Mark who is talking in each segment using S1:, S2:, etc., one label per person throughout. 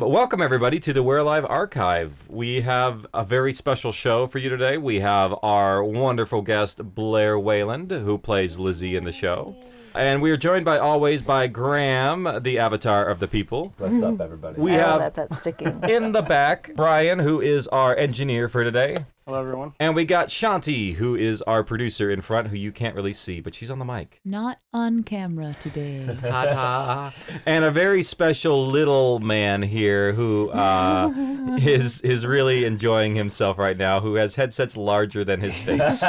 S1: Welcome, everybody, to the We're Alive Archive. We have a very special show for you today. We have our wonderful guest, Blair Wayland, who plays Lizzie in the show. And we are joined by always by Graham, the avatar of the people.
S2: What's up, everybody?
S1: We
S3: Mm-hmm. I
S1: have
S3: love that that's sticking.
S1: in the back Brian, who is our engineer for today.
S4: Hello, everyone.
S1: And we got Shanti, who is our producer in front, who you can't really see, but she's on the mic.
S3: Not on camera today.
S1: and a very special little man here who uh, is is really enjoying himself right now, who has headsets larger than his face.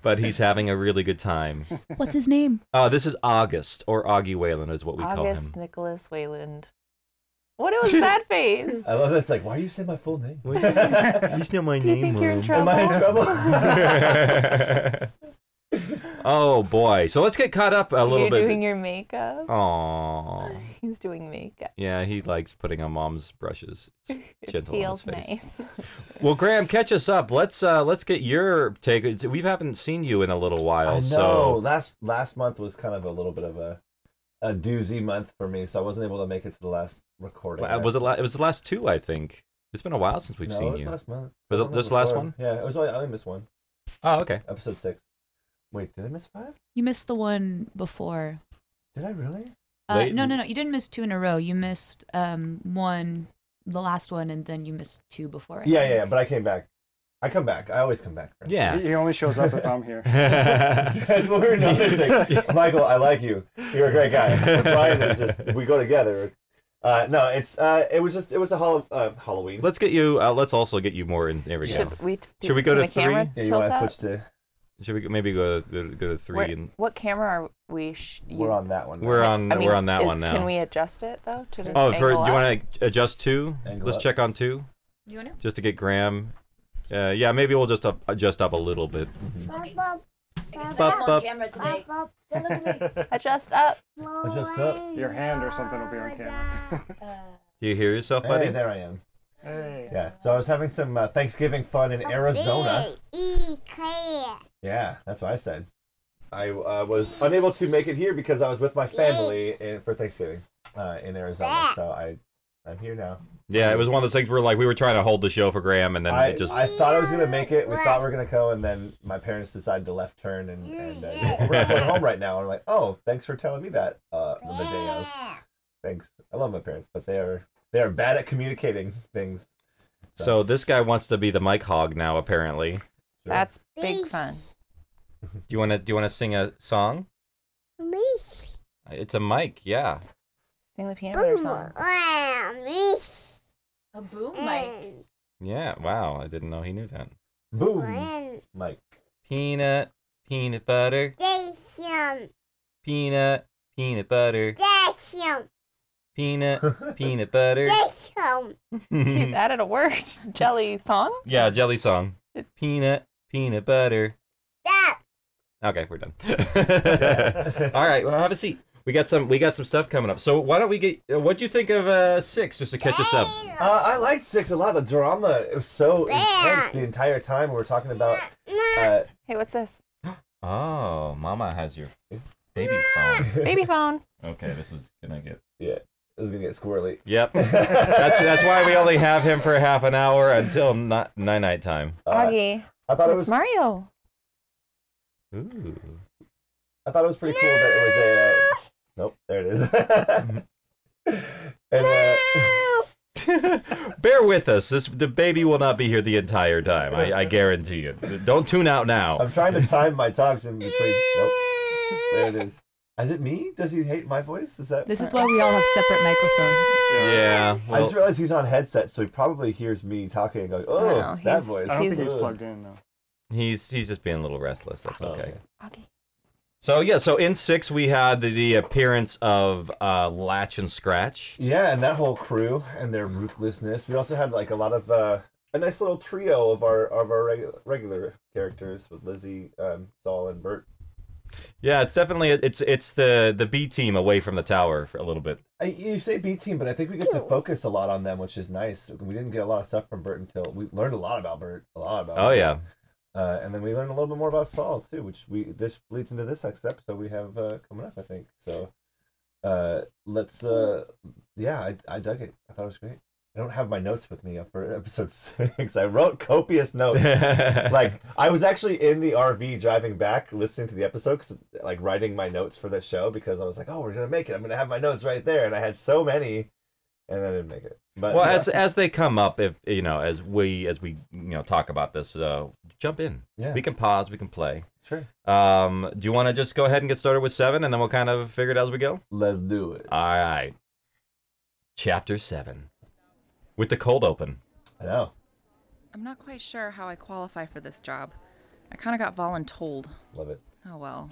S1: but he's having a really good time.
S3: What's his name?
S1: Uh, this is August, or Augie Whalen is what we call him.
S3: August Nicholas Wayland. What was that face?
S2: I love that. It's like, why do you say my full name?
S1: He's not my
S3: Do you think you're in
S2: Am I in
S3: trouble?
S2: trouble?
S1: oh boy. So let's get caught up a little
S3: You're
S1: bit. Um,
S3: doing your makeup.
S1: Aw.
S3: He's doing makeup.
S1: Yeah, he likes putting on mom's brushes. It's
S3: It
S1: gentle
S3: feels
S1: on his face.
S3: nice.
S1: Well, Graham, catch us up. Let's uh let's get your take. It's- We haven't seen you in a little while,
S2: I know.
S1: so
S2: Last last month was kind of a little bit of a a doozy month for me, so I wasn't able to make it to the last recording.
S1: Well, was it? La- it was the last two, I think. It's been a while since we've
S2: no, it
S1: seen
S2: was
S1: you.
S2: last month.
S1: Was it
S2: The
S1: just the last
S2: before.
S1: one?
S2: Yeah, it was. Only, I only missed one.
S1: Oh, okay.
S2: Episode six. Wait, did I miss five?
S5: You missed the one before.
S2: Did I really?
S5: Uh,
S1: Late-
S5: no, no, no. You didn't miss two in a row. You missed um, one, the last one, and then you missed two before. I
S2: Yeah, yeah,
S5: think.
S2: yeah. But I came back. I come back. I always come back. friend.
S1: Yeah.
S4: He he only shows up if I'm here.
S2: That's what we were noticing. Michael, I like you. You're a great guy. Brian is just we go together. Uh, no, it's uh, it was just it was a hol- uh, Halloween.
S1: Let's get you. Uh, let's also get you more in. There we go.
S3: Should we? T-
S1: Should we go
S3: can
S1: to
S3: the camera
S1: three?
S2: yeah, you
S3: tilt
S2: want to
S3: up?
S2: switch to
S1: Should we maybe go go, go to three
S3: Where-
S1: and
S3: What camera are we? Sh-
S2: we're
S3: use-
S2: on that one. now.
S1: we're on
S3: I mean,
S1: we're on that
S3: is-
S1: one now.
S3: Can we adjust it though? To just
S1: oh, for, do you
S3: angle up?
S1: want to adjust two?
S2: Angle
S1: Let's
S2: up.
S1: check on two
S5: You want
S1: just to get Graham. Uh, yeah, maybe we'll just up, adjust up a little bit.
S2: Mm-hmm.
S5: to?
S1: Bop, bop.
S5: camera today.
S3: adjust up?
S2: Adjust up.
S4: Your hand or something will be on camera.
S1: Do you hear yourself, buddy?
S2: Hey, there I am.
S4: hey.
S2: Yeah. So I was having some uh, Thanksgiving fun in Arizona.
S3: E
S2: Yeah, that's what I said. I uh, was unable to make it here because I was with my family in, for Thanksgiving uh, in Arizona. So I, I'm here now.
S1: Yeah, it was one of those things where like we were trying to hold the show for Graham, and then
S2: I,
S1: it just
S2: I thought I was gonna make it. We thought we were gonna go, and then my parents decided to left turn, and, and uh, we're going home right now. And we're like, oh, thanks for telling me that uh, on the day of. Thanks. I love my parents, but they are they are bad at communicating things.
S1: So this guy wants to be the mic hog now, apparently.
S3: That's big fun.
S1: Do you wanna do you wanna sing a song? It's a mic, yeah.
S3: Sing the peanut butter song.
S5: A boom mic.
S1: Yeah, wow, I didn't know he knew that.
S2: Boom, Mike.
S1: Peanut, peanut butter, peanut, peanut butter, peanut, peanut butter.
S3: He's added a word. Jelly song.
S1: yeah, jelly song. Peanut, peanut butter. Okay, we're done.
S2: Uh,
S1: All right, well have a seat. We got some we got some stuff coming up. So why don't we get uh, what'd you think of uh six just to catch us up?
S2: Uh, I liked six a lot. The drama it was so intense the entire time. We were talking about uh,
S3: Hey, what's this?
S1: Oh, Mama has your baby phone.
S3: Baby phone.
S1: Okay, this is gonna get.
S2: yeah, it was gonna get squirrely.
S1: Yep. that's that's why we only have him for half an hour until not night night time.
S2: Uh,
S3: Augie.
S2: I thought it
S3: It's
S2: was
S3: Mario.
S1: Ooh.
S2: I thought it was pretty cool that it was a. Nope, there it is. and uh,
S1: Bear with us. This the baby will not be here the entire time. I, I guarantee you. Don't tune out now.
S2: I'm trying to time my talks in between. Nope, there it is. Is it me? Does he hate my voice? Is that?
S5: This is why we all have separate microphones.
S1: Yeah.
S2: I just
S1: Well,
S2: realized he's on headset, so he probably hears me talking and goes, "Oh,
S3: No,
S2: that
S3: he's-
S2: voice."
S4: I don't think he's
S2: Ugh.
S4: plugged in, though.
S1: he's he's just being a little restless. That's
S2: Oh,
S1: okay.
S2: okay.
S3: Augie.
S1: So yeah. So in six we had the, the appearance of uh, Latch and Scratch.
S2: Yeah, and that whole crew and their ruthlessness. We also had like a lot of uh, a nice little trio of our of our regu- regular characters with Lizzie, um, Saul, and Bert.
S1: Yeah, it's definitely it's it's the the B team away from the tower for a little bit.
S2: I, you say B team, but I think we get to focus a lot on them, which is nice. We didn't get a lot of stuff from Bert until we learned a lot about Bert, a lot about.
S1: Oh
S2: Bert.
S1: yeah.
S2: uh, and then we learned a little bit more about Saul too, which we this leads into this next episode we have uh, coming up, I think. So uh, let's. Uh, yeah, I, I dug it. I thought it was great. I don't have my notes with me for episode six. I wrote copious notes. like I was actually in the RV driving back, listening to the episode, 'cause, like writing my notes for this show because I was like, "Oh, we're gonna make it. I'm gonna have my notes right there," and I had so many, and I didn't make it. But
S1: well,
S2: yeah.
S1: as as they come up, if you know, as we as we you know talk about this, uh, jump in.
S2: Yeah.
S1: We can pause. We can play.
S2: sure,
S1: Um, do you want to just go ahead and get started with seven, and then we'll kind of figure it out as we go?
S2: let's do it.
S1: All right. Chapter seven, with the cold open.
S2: I know.
S6: I'm not quite sure how I qualify for this job. I kind of got voluntold.
S2: Love it.
S6: Oh well.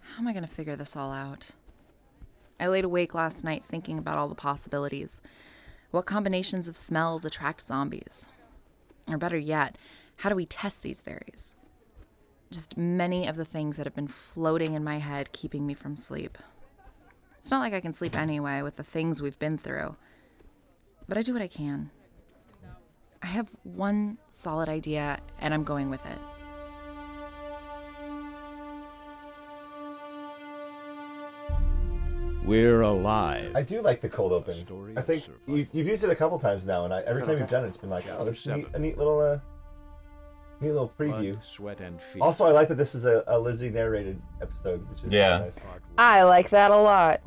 S6: How am I going to figure this all out? I laid awake last night thinking about all the possibilities. What combinations of smells attract zombies? Or better yet, how do we test these theories? Just many of the things that have been floating in my head, keeping me from sleep. It's not like I can sleep anyway with the things we've been through, but I do what I can. I have one solid idea, and I'm going with it.
S7: We're alive.
S2: I do like the cold open.
S7: Story
S2: I
S7: of
S2: think
S7: survival.
S2: you, you've used it a couple times now, and I, every
S4: Is that
S2: time you've
S4: okay?
S2: done it, it's been like, "Oh,
S7: Chapter
S2: this is neat,
S7: seven.
S2: a neat little, uh, neat little preview."
S7: Blood, sweat, and fear.
S2: Also, I like that this is a, a Lizzie narrated episode, which is
S1: Yeah.
S2: nice.
S3: I like that a lot.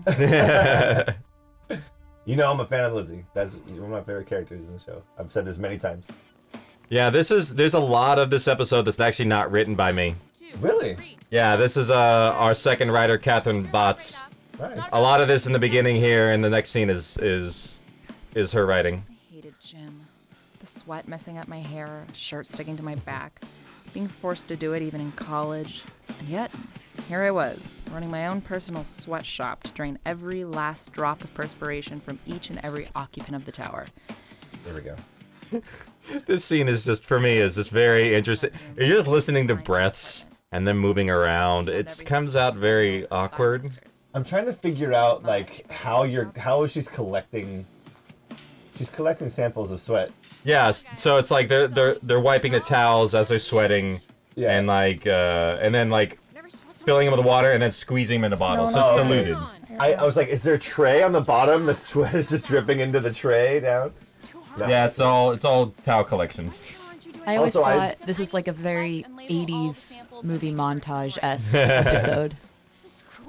S2: You know, I'm a fan of Lizzie. That's one of my favorite characters in the show. I've said this many times.
S1: yeah, this is there's a lot of this episode that's actually not written by me.
S2: Really?
S1: Yeah, this is uh our second writer, Catherine Botts.
S2: Nice.
S1: A lot of this in the beginning here, and the next scene is is is her writing.
S6: I hated gym. The sweat messing up my hair, shirt sticking to my back, being forced to do it even in college. And yet, here I was, running my own personal sweatshop to drain every last drop of perspiration from each and every occupant of the tower.
S2: There we go.
S1: This scene is just for me is just very interesting. You're just listening to breaths and then moving around. It comes out very awkward.
S2: I'm trying to figure out like how you're how she's collecting. She's collecting samples of sweat.
S1: Yeah, s- so it's like they're they're they're wiping the towels as they're sweating,
S2: Yeah.
S1: and like uh, and then like filling them with water and then squeezing them in a bottle. So
S2: no,
S1: it's
S2: no.
S1: diluted.
S2: I, I was like, is there a tray on the bottom? The sweat is just dripping into the tray down. No.
S1: Yeah, it's all it's all towel collections.
S5: I always
S2: Also, I-
S5: thought this was like a very 80s movie montage esque episode.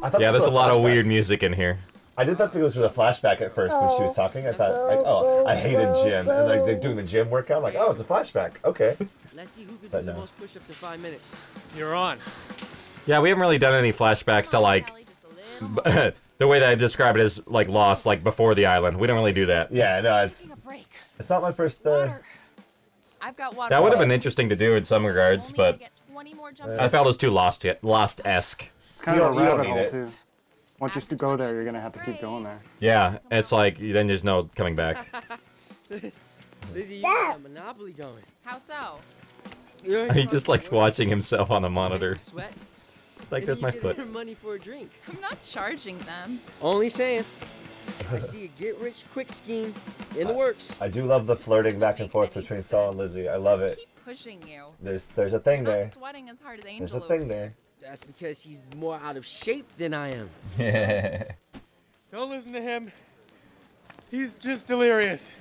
S2: I thought
S1: Yeah,
S2: this
S1: there's
S2: was
S1: a lot of
S2: flashback.
S1: weird music in here.
S2: I did not think this was a flashback at first when she was talking. I thought, like, oh, I hated gym and like they're doing the gym workout. like, oh, it's a flashback. Okay.
S8: Let's see who can
S2: But
S8: do
S2: no.
S8: the most push-ups in five minutes.
S9: You're on.
S1: Yeah, we haven't really done any flashbacks to like the way that I describe it is like Lost, like before the island. We don't really do that.
S2: Yeah, no, it's it's not my first. Uh,
S10: I've got water.
S1: That would have been interesting to do in some regards, but I felt it was too Lost yet Lost esque.
S4: It's kind
S2: You
S4: of a
S2: don't- you don't
S4: rabbit
S2: need
S4: hole
S2: it.
S4: too. Once you s- go there, you're gonna have to keep going there.
S1: Yeah, it's like then there's no coming back.
S8: Lizzie, you got a monopoly going.
S10: How so?
S8: You're
S1: He just likes watching himself on the monitor.
S8: Sweat. and
S1: It's like
S8: then
S1: there's
S8: you
S1: my
S8: get
S1: foot.
S8: their money for a drink.
S10: I'm not charging them.
S8: Only saying. I see a get-rich-quick scheme in the works.
S2: I do love the flirting back and forth between Saul and Lizzie. I love it.
S10: Keep pushing you.
S2: There's there's a thing
S10: Not
S2: there.
S10: sweating as hard as Angel.
S2: There's a
S10: over
S2: thing there.
S8: That's because she's more out of shape than I am.
S9: Don't listen to him. He's just delirious.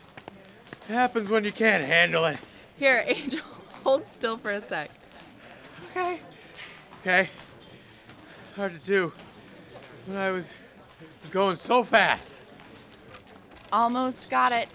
S9: It happens when you can't handle it.
S10: Here, Angel, hold still for a sec.
S9: Okay. Okay. Hard to do. When I was, was going so fast.
S10: Almost got it.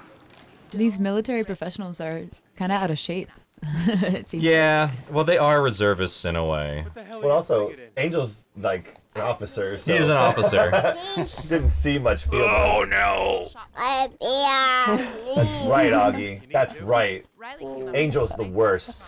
S5: These military professionals are kind of out of shape. it seems.
S1: Yeah, well, they are reservists in a way.
S9: What the hell
S2: Well,
S9: are you
S2: also,
S9: putting it in?
S2: Angel's like an officer, so
S1: He is an officer.
S2: she didn't see much field. Oh no! That's right, Augie. That's right.
S10: Riley came up.
S2: Angel's the worst.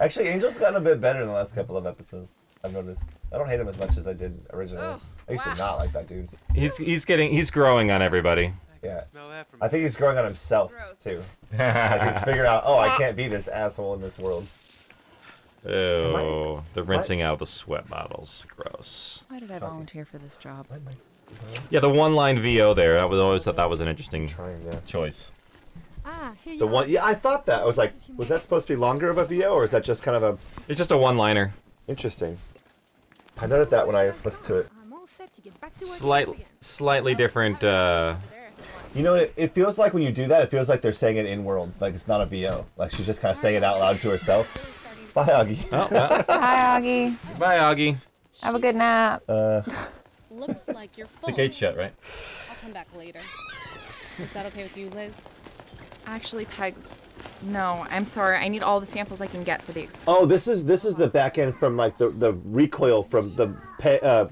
S2: Actually, Angel's gotten a bit better in the last couple of episodes. I've noticed. I don't hate him as much as I did originally.
S10: Oh,
S2: I used to
S10: wow.
S2: not like that dude.
S1: He's he's getting he's growing on everybody.
S2: Yeah.
S9: Smell that from
S2: I think he's growing on himself
S10: Gross.
S2: too. Like he's figured out, oh, I can't be this asshole in this world.
S1: Oh, they're
S2: Is my-
S1: rinsing out the sweat bottles. Gross.
S6: Why did I volunteer for this job?
S1: Yeah, the one line VO there. I was always thought that was an interesting
S2: Trying to.
S1: choice.
S11: Ah,
S2: The one, yeah, I thought that. I was like, was that supposed to be longer of a VO, or is that just kind of a?
S1: It's just a one liner.
S2: Interesting. I noted that when I listened to it.
S1: Slight, slightly different. Uh,
S2: You know, it, it feels like when you do that, it feels like they're saying it in world. Like it's not a VO. Like she's just kind of saying it out loud to herself. Bye, Augie.
S1: oh, well.
S3: Hi, Augie.
S1: Bye, Augie.
S3: Have a good nap.
S2: Uh,
S11: Looks like you're full.
S1: The gate's shut, right?
S11: I'll come back later. Is that okay with you, Liz?
S6: Actually, Pegs, no, I'm sorry. I need all the samples I can get for the ex-
S2: oh, this is this is the back end from like the, the recoil from the pe- uh,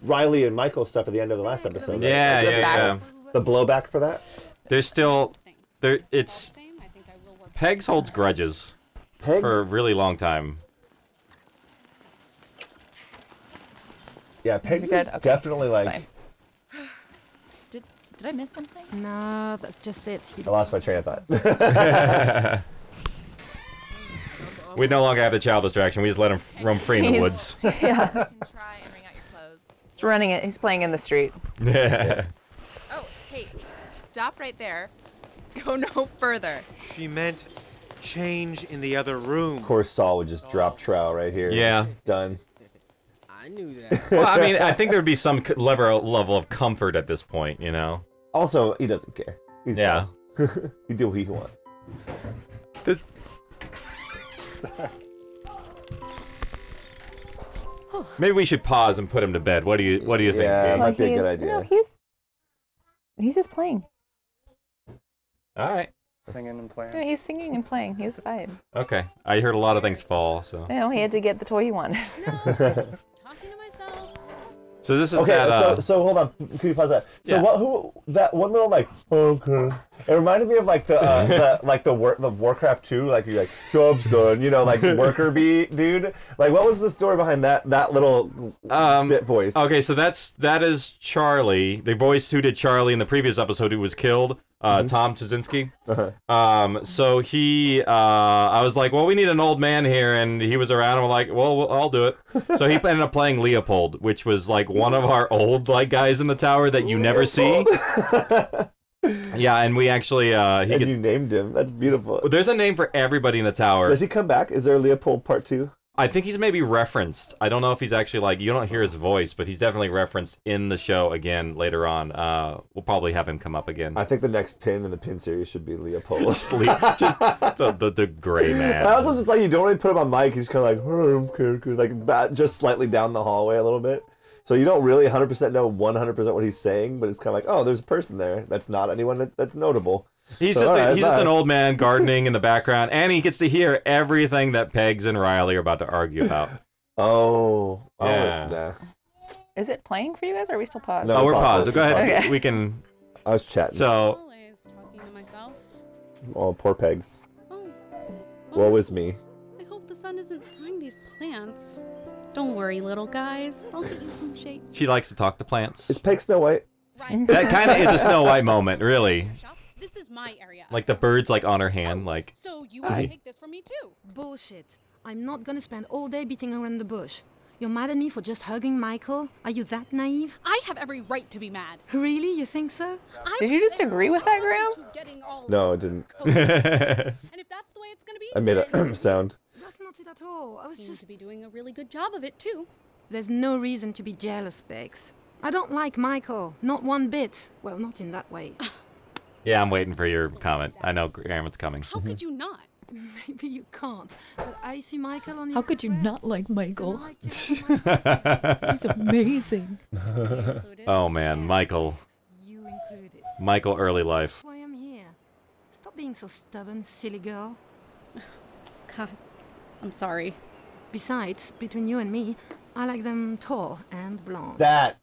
S2: Riley and Michael stuff at the end of the last episode. right?
S1: Yeah, yeah, yeah.
S2: The blowback for that.
S1: There's still, there. It's Pegs holds grudges
S2: Pegs?
S1: for a really long time.
S2: Yeah, Pegs
S3: good?
S2: is
S3: Okay.
S2: definitely like
S3: Fine.
S6: Did did I miss something?
S11: No, that's just it. You
S2: I lost my train of thought.
S1: We no longer have the child distraction. We just let him f- roam free in the
S3: He's-
S1: woods.
S10: Try
S3: Yeah.
S10: and wring out your clothes.
S3: He's running it. He's playing in the street.
S1: Yeah.
S10: Oh, hey, stop right there. Go no further.
S9: She meant change in the other room.
S2: of course, Saul would just drop trow right here.
S1: Yeah.
S2: Done.
S8: I knew that.
S1: Well, I mean, I think there'd be some c- level level of comfort at this point, you know.
S2: Also, he doesn't care. He's
S1: Yeah.
S2: Saul. he do what he wants.
S1: This- Maybe we should pause and put him to bed. What do you What do you think?
S2: Yeah.
S1: Gabe?
S2: Well, might be a good he's- no, idea.
S3: he's he's just playing.
S1: All right.
S4: Singing and
S3: Yeah,
S4: playing.
S3: he's singing and playing. He's fine.
S1: Okay. I heard a lot of things fall. So.
S3: No, he had to get the toy he wanted.
S11: talking to myself.
S1: So this is
S2: Okay,
S1: that. Uh,
S2: so, so hold on. Can you pause that? So
S1: Yeah.
S2: what? Who? That one little like. Okay. It reminded me of like the, uh, the like the war, the Warcraft two like you like job's done you know like worker bee dude like what was the story behind that that little
S1: Um,
S2: bit voice?
S1: Okay, so that's that is Charlie, the voice who did Charlie in the previous episode, who was killed, uh, Tom Chazinski.
S2: Mm-hmm. Uh-huh.
S1: Um, so he, uh, I was like, well, we need an old man here, and he was around. and I'm like, well, well, I'll do it. So he ended up playing Leopold, which was like one of our old like guys in the tower that you never see. yeah, and we actually uh, he
S2: and
S1: gets.
S2: you named him. That's beautiful.
S1: Well, There's a name for everybody in the tower.
S2: Does he come back? Is there a Leopold part two?
S1: I think he's maybe referenced. I don't know if he's actually like you don't hear his voice, but he's definitely referenced in the show again later on. Uh, we'll probably have him come up again.
S2: I think the next pin in the pin series should be Leopold.
S1: Sleep, just the, the the gray man.
S2: I also just like you don't really put him on mic. He's kind of like "Oh, I'm good, good," like bat, just slightly down the hallway a little bit. So you don't really 100% know 100% what he's saying, but it's kind of like, oh, there's a person there. That's not anyone that, that's notable.
S1: he's
S2: So,
S1: just a,
S2: alright,
S1: he's just
S2: bye.
S1: an old man gardening in the background, and he gets to hear everything that Pegs and Riley are about to argue about.
S2: Oh, oh,
S1: Yeah.
S2: nah.
S3: Is it playing for you guys? Or are we still paused?
S2: No.
S1: oh, we're
S2: pause,
S1: paused. Go ahead.
S3: pause.
S1: We can.
S2: I was chatting.
S1: So
S11: Always talking to myself.
S2: oh, poor Pegs.
S11: Oh.
S2: Woe is me.
S11: I hope the sun isn't frying these plants. Don't worry, little guys. I'll get you some shade.
S1: she likes to talk to plants.
S2: Is Peg Snow White?
S11: Right.
S1: That kind of is a Snow White moment, really.
S11: Shop. This is my area.
S1: Like the bird's like on her hand, like
S11: So you want to take this from me too?
S12: Bullshit. I'm not gonna spend all day beating around the bush. You're mad at me for just hugging Michael? Are you that naive?
S11: I have every right to be mad.
S12: Really? You think so?
S11: I
S3: Did you
S11: was
S3: just
S11: there
S3: agree with that,
S11: prior
S3: Graham?
S11: to getting all of
S2: No, I
S11: this
S2: didn't.
S11: cozy. and if that's the way it's gonna be,
S2: I made
S11: then
S2: a sound.
S12: That's not it at all. I
S11: you
S12: was
S11: seem to
S12: just.
S11: be doing a really good job of it too.
S12: There's no reason to be jealous, Bex. I don't like Michael. Not one bit. Well, not in that way.
S1: yeah, I'm waiting for your comment. I know Graham's coming.
S11: How could
S2: Mm-hmm.
S11: you not?
S12: Maybe you can't. But I see Michael on
S5: How
S12: his
S5: could you
S12: square,
S5: not like
S12: and I
S5: Michael?
S12: like to have my-
S5: He's amazing.
S1: Oh man, Michael.
S12: you included.
S1: Michael early life.
S12: That's why I'm here. Stop being so stubborn, silly girl.
S11: God, I'm sorry.
S12: Besides, between you and me, I like them tall and blonde.
S2: That.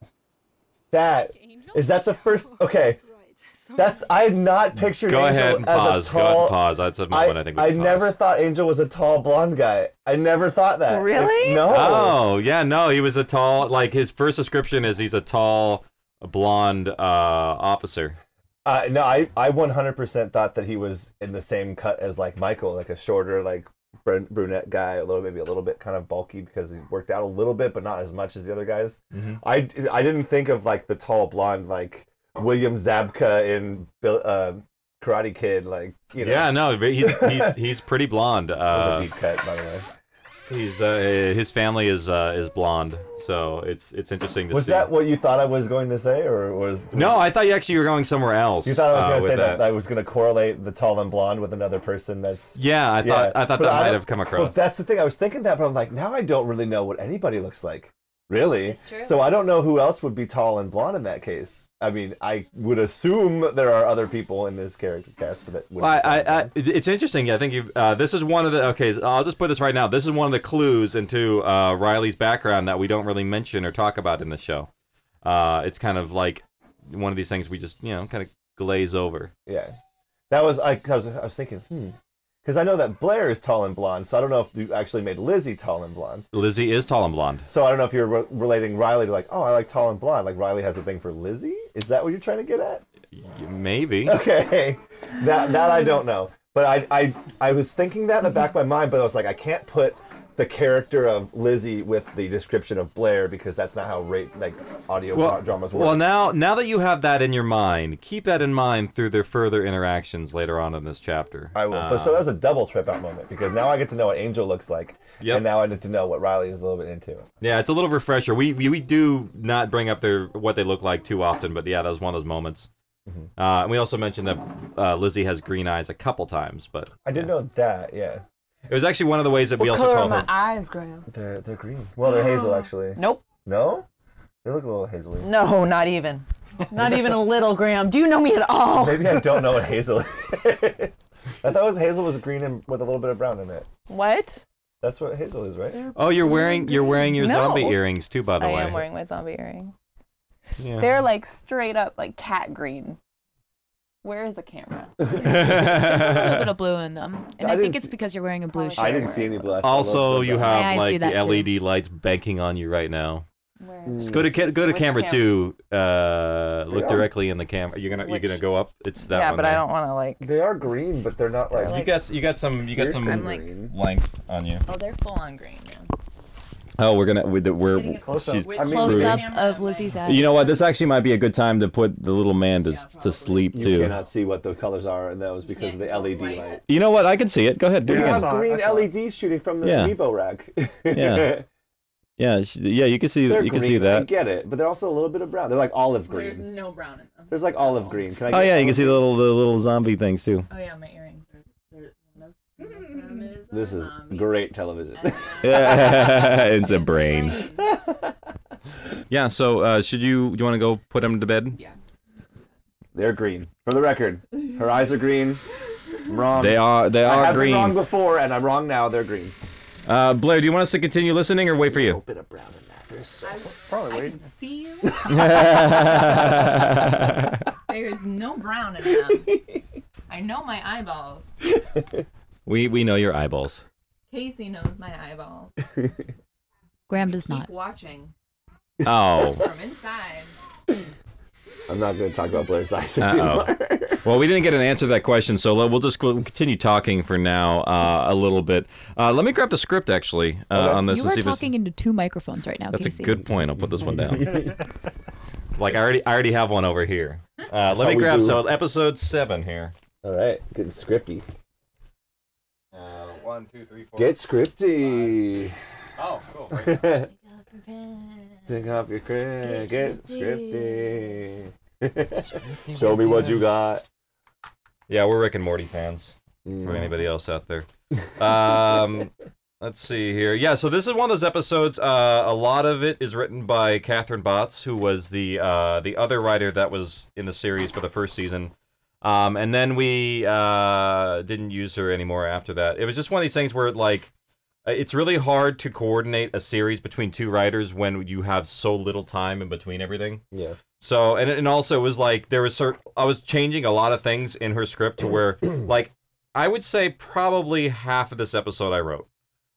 S2: That. Is that the first? Okay.
S12: Right. so-
S2: That's. I had not pictured
S1: Go
S2: Angel
S1: ahead and
S2: as a
S1: pause. Go ahead
S2: tall-
S1: and pause. That's a
S2: I,
S1: moment I, think we
S2: I
S1: should pause.
S2: never thought Angel was a tall blonde guy. I never thought that. Like,
S3: Really?
S2: no.
S1: Oh yeah, no, he was a tall. Like his first description is he's a tall, blonde uh, officer.
S2: Uh, no, I, I 100% thought that he was in the same cut as like Michael, like a shorter, like brun- brunette guy, a little maybe a little bit kind of bulky because he worked out a little bit, but not as much as the other guys.
S1: Mm-hmm.
S2: I, I didn't think of like the tall blonde, like William Zabka in Bill, uh, Karate Kid, like you know.
S1: Yeah, no, but he's he's, he's pretty blonde.
S2: that was a
S1: Uh,
S2: deep cut, by the way.
S1: He's uh, his family is uh, is blonde, so it's it's interesting to
S2: Was
S1: see.
S2: that what you thought I was going to say, or was
S1: no, I thought you actually were going somewhere else.
S2: you thought I was
S1: uh,
S2: going to
S1: with
S2: say that. I was going to correlate the tall and blonde with another person? That's
S1: Yeah, I thought- I thought
S2: but
S1: that might
S2: don't-
S1: have come
S2: Well,
S1: across.
S2: that's the thing. I was thinking that, but I'm like, now I don't really know what anybody looks like, really.
S13: It's true.
S2: So I don't know who else would be tall and blonde in that case. I mean, I would assume there are other people in this character cast, but that would
S1: Well, I, I, I, it's interesting. I think you. Uh, this is one of the. Okay, I'll just put this right now. This is one of the clues into uh, Riley's background that we don't really mention or talk about in the show. Uh, it's kind of like one of these things we just you know kind of glaze over.
S2: Yeah, that was I. 'cause I was, I was thinking, hmm, because I know that Blair is tall and blonde, so I don't know if you actually made Lizzie tall and blonde.
S1: Lizzie is tall and blonde.
S2: So I don't know if you're re- relating Riley to like, oh, I like tall and blonde. Like Riley has a thing for Lizzie. Is that what you're trying to get at?
S1: Maybe.
S2: Okay, that that I don't know. But I I I was thinking that in the back of my mind, but I was like, I can't put the character of Lizzie with the description of Blair because that's not how rate like audio dra- dramas work.
S1: well, now now that you have that in your mind, keep that in mind through their further interactions later on in this chapter. Uh,
S2: I will. but so that was a double trip out moment because now I get to know what Angel looks like, and now I need to know what Riley is a little bit into.
S1: Yeah, it's a little refresher. We, we we do not bring up their what they look like too often, but yeah, that was one of those moments. Uh, and we also mentioned that uh, Lizzie has green eyes a couple times, but
S2: I did know that. Yeah.
S1: it was actually one of the ways that we
S3: What
S1: also
S3: color
S1: call
S3: are my
S1: her.
S3: eyes, Graham?
S2: They're they're green. Well, they're hazel actually.
S3: Nope.
S2: No. They look a little hazily.
S3: No, not even. Not even a little, Graham. Do you know me at all?
S2: Maybe I don't know what hazel is. I thought it was hazel was green and with a little bit of brown in it.
S3: What?
S2: That's what hazel is, right?
S1: Oh, you're wearing you're wearing your
S3: No.
S1: zombie earrings too, by the
S3: I
S1: way.
S3: am wearing my zombie earring.
S1: Yeah.
S3: They're like straight up like cat green. Where is the camera?
S5: a little bit of blue in them, and
S3: I
S5: I,
S3: didn't
S5: think it's
S3: see-
S5: because you're wearing a blue shirt.
S2: Oh, I didn't see any blast.
S1: also, you
S5: My
S1: have
S5: eyes do
S1: like
S5: that
S1: the
S5: too.
S1: LED lights banking on you right now.
S2: is
S1: Just
S2: it?
S1: go to ca- go to
S3: Which
S1: camera
S3: cam-
S1: two. Uh, look
S2: are.
S1: directly in the camera. You're gonna
S3: Which-
S1: you're gonna go up. It's that one. there.
S3: want to like.
S2: They are green, but they're not like.
S1: You got you got some you got some
S3: I'm like-
S1: length on you.
S3: Oh, they're full on green.
S1: Oh, we're gonna we're, we're
S2: close
S1: she's-
S5: With close up of Lizzie's eyes.
S1: You know what? This actually might be a good time to put the little man to, to sleep
S2: You
S1: too.
S2: cannot see what the colors are, and that was because of the LED light.
S1: You know what? I can see it. Go ahead, do
S2: You
S1: it
S2: have
S1: again.
S2: green LEDs shooting from the
S1: Yeah.
S2: amiibo rack.
S1: Yeah. Yeah, sh- yeah, you can see
S2: They're
S1: you can
S2: green,
S1: see
S2: I
S1: that.
S2: get it, but they're also a little bit of brown. They're like olive green. There's
S3: no brown in
S2: them. There's like olive green. Can I?
S1: Oh
S2: get
S1: yeah, you
S2: olive
S1: can see the
S2: green?
S1: little the little zombie things too.
S3: Oh yeah, my earrings are. They're,
S2: This
S3: Um,
S2: is great television.
S1: Yeah, it's a brain. Yeah. So uh, should you do you want to go put him to bed? Yeah.
S2: They're green. For the record, her eyes are green. I'm wrong.
S1: They are- they
S2: Um, I
S1: are
S2: have been
S1: green.
S2: wrong before, and I'm wrong now. They're green.
S1: Uh, Blair, do you want us to continue listening or wait for you?
S2: Probably
S10: I can see you.
S3: There's no brown in them. I know my eyeballs.
S1: we we know your eyeballs.
S3: Casey knows my eyeballs.
S5: Graham does not.
S3: watching
S1: Oh.
S3: from inside.
S2: I'm not going to talk about Blair's eyes anymore.
S1: Uh oh. Well, we didn't get an answer to that question, so le- we'll just qu- continue talking for now uh, a little bit. Uh, let me grab the script actually uh,
S2: Oh,
S1: on this
S5: you
S1: and
S5: are
S1: see if it's-
S5: talking into two microphones right now,
S1: that's
S5: Casey.
S1: a good point. I'll put this one down. like I already, I already have one over here. Uh,
S2: how
S1: let me
S2: we
S1: grab
S2: do.
S1: so episode seven here.
S2: All right, getting scripty.
S1: Uh, one, two, three, four.
S2: Get scripty.
S1: Oh, cool.
S2: Take off your crayon. Get
S1: Get
S2: scripty. Show me what you got.
S1: Yeah, we're Rick and Morty fans. For
S2: Mm,
S1: anybody else out there, um, let's see here. Yeah, so this is one of those episodes. Uh, a lot of it is written by Catherine Botts, who was the uh, the other writer that was in the series for the first season. Um, and then we uh, didn't use her anymore after that. It was just one of these things where like uh, it's really hard to coordinate a series between two writers when you have so little time in between everything.
S2: Yeah.
S1: So and and also it was like there was certain I was changing a lot of things in her script to where like I would say probably half of this episode I wrote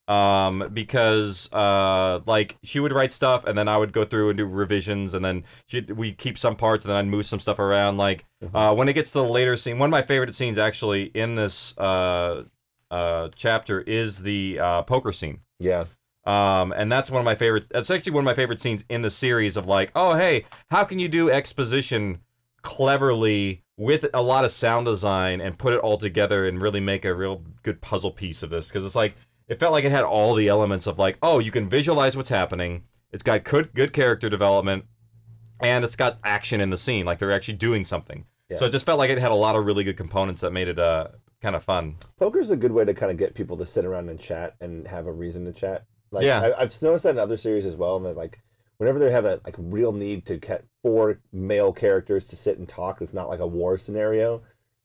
S1: um because uh like she would write stuff and then i would go through and do revisions and then she we keep some parts and then i'd move some stuff around like uh when it gets to the later scene one of my favorite scenes actually in this uh uh chapter is the uh poker scene
S2: Yeah.
S1: um, and that's one of my favorite. That's actually one of my favorite scenes in the series of like, oh hey, how can you do exposition cleverly with a lot of sound design and put it all together and really make a real good puzzle piece of this? Because it's like It felt like it had all the elements of like, oh, you can visualize what's happening. It's got good good character development, and it's got action in the scene. Like they're actually doing something.
S2: Yeah.
S1: So it just felt like it had a lot of really good components that made it uh kind of fun.
S2: Poker's a good way to kind of get people to sit around and chat and have a reason to chat. Like,
S1: Yeah.
S2: I, I've noticed that in other series as well, and that like whenever they have that like real need to get four male characters to sit and talk, it's not like a war scenario.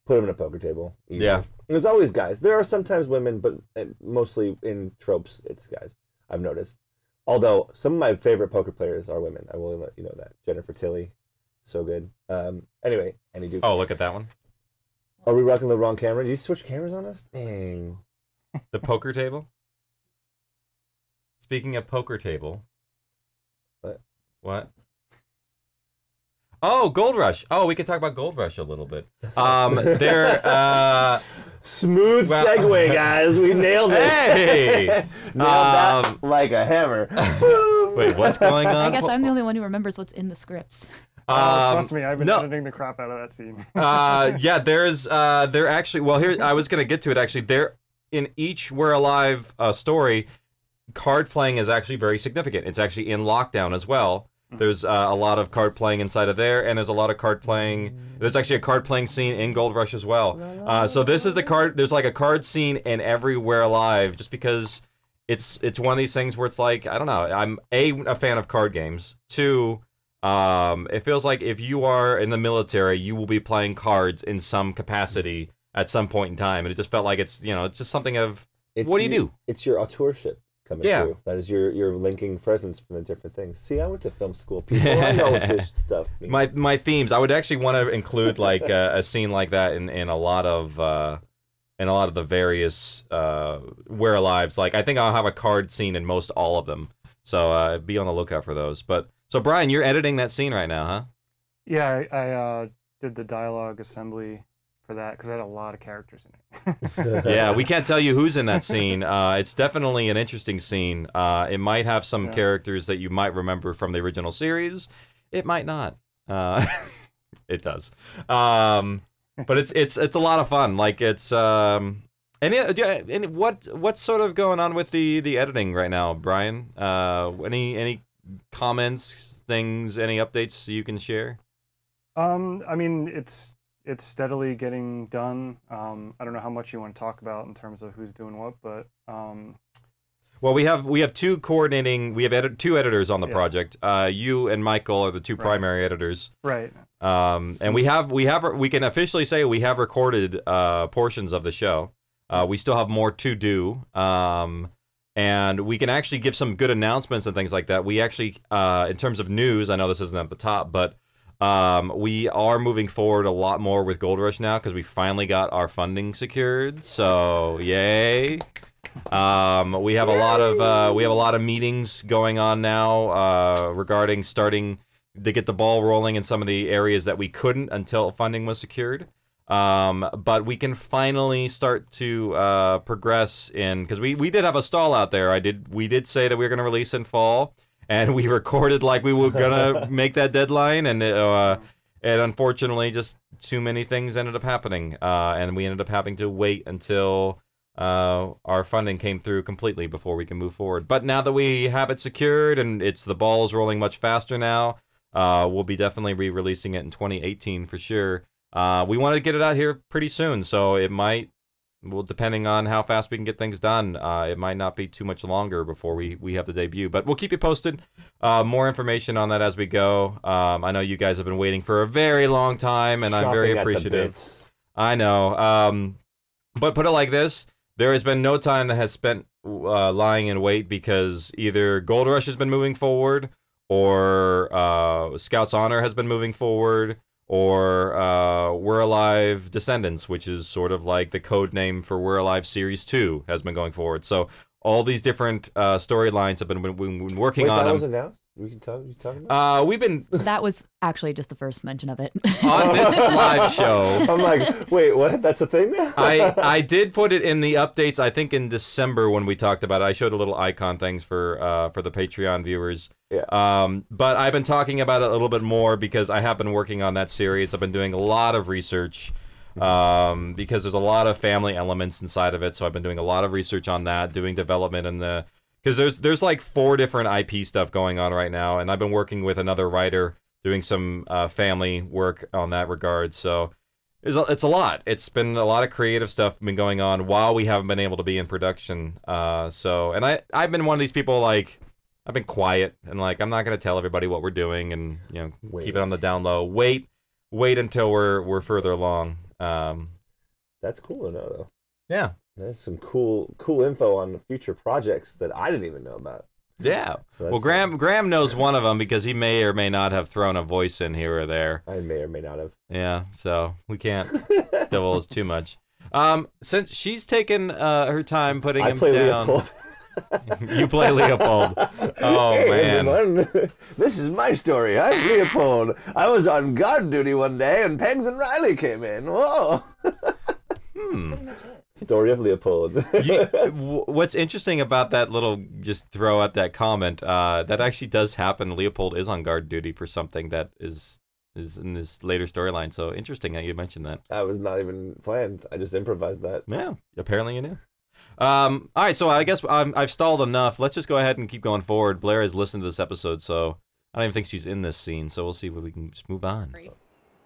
S2: Put them in a poker table. easy.
S1: Yeah.
S2: and it's always guys. There are sometimes women, but uh, mostly in tropes, it's guys. I've noticed. Although some of my favorite poker players are women, I will let you know that Jennifer Tilly, so good. Um, anyway, Annie Duke.
S1: Oh, look at that one.
S2: Are we rocking the wrong camera? Did you switch cameras on us? Dang.
S1: The poker table. Speaking of poker table.
S2: What?
S1: What? Oh, Gold Rush. Oh, we can talk about Gold Rush a little bit. Um, there. Uh,
S2: Smooth
S1: Well-
S2: segue, guys. We nailed it.
S1: Hey! Um,
S2: nailed that like a hammer.
S1: Wait, what's going on?
S5: I guess I'm the only one who remembers what's in the scripts.
S4: Oh,
S1: Um,
S4: trust me, I've been
S1: no.
S4: editing the crap out of that scene.
S1: uh, yeah, there's uh, there actually. Well, here I was gonna get to it actually. There in each We're Alive uh, story, card playing is actually very significant. It's actually in lockdown as well. There's uh, a lot of card playing inside of there, and there's a lot of card playing. There's actually a card playing scene in Gold Rush as well. Uh, so this is the card. There's like a card scene in every We're Alive, just because it's it's one of these things where it's like I don't know. I'm a a fan of card games. Two, um, it feels like if you are in the military, you will be playing cards in some capacity at some point in time, and it just felt like it's you know it's just something of what do
S2: your-
S1: you do?
S2: It's your auteurship coming
S1: Yeah.
S2: through. That is your your linking presence from the different things. See, I went to film school, people. I know what this stuff means.
S1: My my themes. I would actually want to include like a, a scene like that in, in a lot of uh, in a lot of the various uh, wear lives. Like I think I'll have a card scene in most all of them. So uh, be on the lookout for those. But so Brian, you're editing that scene right now, huh?
S4: Yeah, I, I uh, did the dialogue assembly for that because I had a lot of characters in it.
S1: yeah, we can't tell you who's in that scene. Uh, it's definitely an interesting scene. Uh, it might have some
S4: Yeah.
S1: characters that you might remember from the original series. It might not. Uh, it does. Um, but it's it's it's a lot of fun. Like it's um, and, yeah, do- and what what's sort of going on with the the editing right now, Brian? Uh, any any comments, things, any updates you can share?
S4: Um, I mean, it's it's steadily getting done. Um, I don't know how much you want to talk about in terms of who's doing what, but um,
S1: Well, we have we have two coordinating. We have edit, two editors on the
S4: Yeah.
S1: project. Uh, you and Michael are the two
S4: Right.
S1: primary editors.
S4: right.
S1: Um, and we have we have we can officially say we have recorded uh, portions of the show. Uh, we still have more to do. Um, and we can actually give some good announcements and things like that. We actually, uh, in terms of news, I know this isn't at the top, but um, we are moving forward a lot more with Gold Rush now because we finally got our funding secured. So yay! Um, we have a lot of uh, we have a lot of meetings going on now uh, regarding starting to get the ball rolling in some of the areas that we couldn't until funding was secured. Um, but we can finally start to uh, progress in because we, we did have a stall out there. I did we did say that we were going to release in fall, and we recorded like we were gonna make that deadline, and uh, and unfortunately, just too many things ended up happening, uh, and we ended up having to wait until uh, our funding came through completely before we can move forward. But now that we have it secured and it's the ball is rolling much faster now, uh, we'll be definitely re-releasing it in 2018 for sure. Uh, we want to get it out here pretty soon, so it might, well, depending on how fast we can get things done, uh, it might not be too much longer before we we have the debut. But we'll keep you posted. Uh, more information on that as we go. Um, I know you guys have been waiting for a very long time, and I'm very
S2: Shopping at the
S1: appreciative.
S2: bits.
S1: I know. Um, but put it like this: there has been no time that has spent uh, lying in wait because either Gold Rush has been moving forward, or uh, Scouts Honor has been moving forward, or uh, We're Alive Descendants, which is sort of like the code name for We're Alive Series Two, has been going forward. So all these different uh, storylines have been, been, been working
S2: Wait,
S1: on
S2: that
S1: them.
S2: was announced. We can talk. You talking about?
S1: uh, we've been
S5: That was actually just the first mention of it.
S1: Uh, on this live show.
S2: I'm like, wait, what? That's a thing now.
S1: I I did put it in the updates. I think in December when we talked about it, I showed a little icon things for uh, for the Patreon viewers.
S2: Yeah.
S1: Um, but I've been talking about it a little bit more because I have been working on that series. I've been doing a lot of research. um, because there's a lot of family elements inside of it. So I've been doing a lot of research on that, doing development in the because there's there's like four different IP stuff going on right now, and I've been working with another writer doing some uh, family work on that regard. So it's a, it's a lot. It's been a lot of creative stuff been going on while we haven't been able to be in production. Uh, so and I I've been one of these people like I've been quiet and like I'm not gonna tell everybody what we're doing and you know keep it on the down low. Wait wait until we're we're further along. Um,
S2: That's cool to know, though.
S1: Yeah.
S2: There's some cool cool info on future projects that I didn't even know about.
S1: Yeah.
S2: So that's-
S1: well, Graham Graham knows one of them because he may or may not have thrown a voice in here or there.
S2: I may or may not have.
S1: Yeah. So we can't divulge too much. Um, since she's taken uh, her time putting
S2: I
S1: him
S2: play
S1: down.
S2: Leopold.
S1: you play Leopold. Oh
S2: hey,
S1: man.
S2: everyone. This is my story. I'm Leopold. I was on guard duty one day, and Pegs and Riley came in. Whoa.
S1: Hmm.
S2: Story of Leopold.
S1: You- w- what's interesting about that little just throw out that comment uh, that actually does happen leopold is on guard duty for something that is is in this later storyline so interesting that you mentioned that
S2: I was not even planned. I just improvised that.
S1: Yeah, apparently you knew. Um, all right, so I guess I'm, I've stalled enough. Let's just go ahead and keep going forward. Blair has listened to this episode, so I don't even think she's in this scene. So we'll see if we can just move on.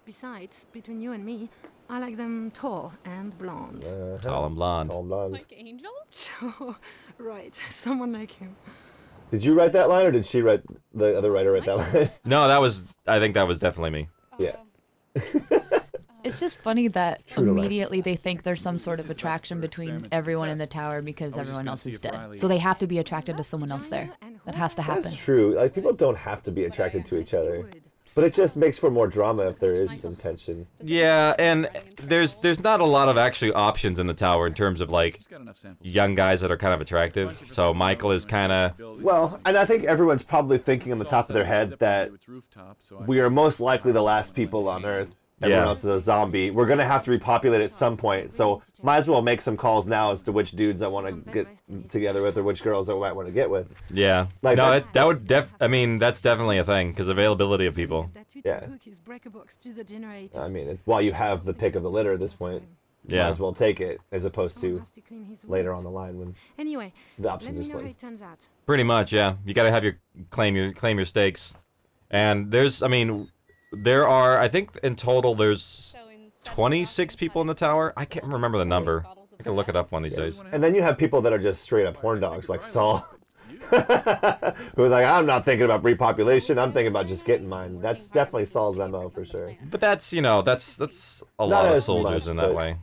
S12: Besides, between you and me, I like them tall and blonde.
S2: Uh-huh.
S1: Tall and blonde.
S2: Tall blonde.
S12: Like Angel? Sure. right. Someone like him.
S2: Did you write that line, or did she write the other writer write that line?
S1: No, that was. I think that was definitely me.
S2: yeah.
S5: It's just funny that
S1: True to life.
S5: immediately they think there's some sort of attraction between everyone in the tower because
S2: I was just
S5: everyone
S2: gonna
S5: else
S2: see
S5: is
S2: if
S5: dead.
S2: Riley-
S5: So they have to be attracted to someone else there. That has to happen.
S2: That's true. Like people don't have to be attracted to each other, but it just makes for more drama if there is some tension.
S1: Yeah, and there's there's not a lot of actually options in the tower in terms of like young guys that are kind of attractive. So Michael is kind of
S2: Well, and I think everyone's probably thinking on the top of their head that we are most likely the last people on Earth. Everyone
S1: Yeah.
S2: else is a zombie. We're gonna have to repopulate at some point, so might as well make some calls now as to which dudes I want to get together with or which girls I might want to get with.
S1: yeah.
S2: Like,
S1: no,
S2: that's-
S1: that, that would def. I mean, that's definitely a thing because availability of people.
S2: Yeah,
S12: Hook his breaker box to the generator.
S2: I mean, it- while you have the pick of the litter at this point,
S1: Yeah.
S2: might as well take it as opposed to
S12: has to clean his
S2: later
S12: wound.
S2: on the line when
S12: Anyway,
S2: the
S12: let
S2: options are
S12: me know how
S2: slim.
S12: it turns out.
S1: Pretty much, yeah. You got to have your claim your claim your stakes, and there's I mean, there are I think in total there's 26 people in the tower. I can't remember the number. I can look it up one of these days.
S2: And then you have people that are just straight up horn dogs, like Saul, who's like, I'm not thinking about repopulation. I'm thinking about just getting mine. That's definitely Saul's mo for sure.
S1: But that's you know that's that's a
S2: Not
S1: lot of
S2: as
S1: soldiers
S2: much,
S1: in that
S2: but-
S1: way.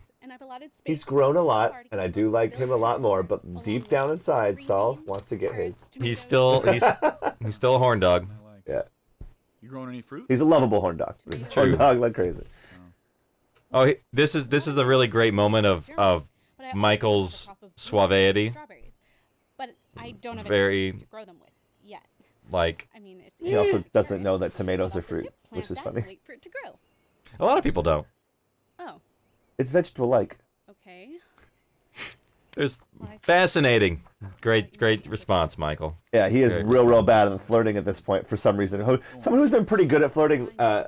S2: He's grown a lot, and I do like him a lot more. But deep down inside, Saul wants to get his.
S1: He's still he's he's still a horn dog.
S2: Yeah,
S7: You growing any fruit?
S2: he's a lovable horn dog. He's a horn
S1: True.
S2: dog like crazy.
S1: Oh, he, this is this is a really great moment of of Michael's suavity.
S13: But I don't have
S1: Very-
S13: any plans to grow them with yet.
S1: Like
S13: I mean, it's
S2: He also doesn't know that tomatoes are fruit, which is funny.
S13: wait for it to grow.
S1: a lot of people don't.
S13: Oh,
S2: It's vegetable like.
S13: okay.
S1: There's fascinating. Great great response, Michael.
S2: Yeah, he is
S1: Great
S2: real, real bad at flirting at this point for some reason. Who- Someone who's been pretty good at flirting uh,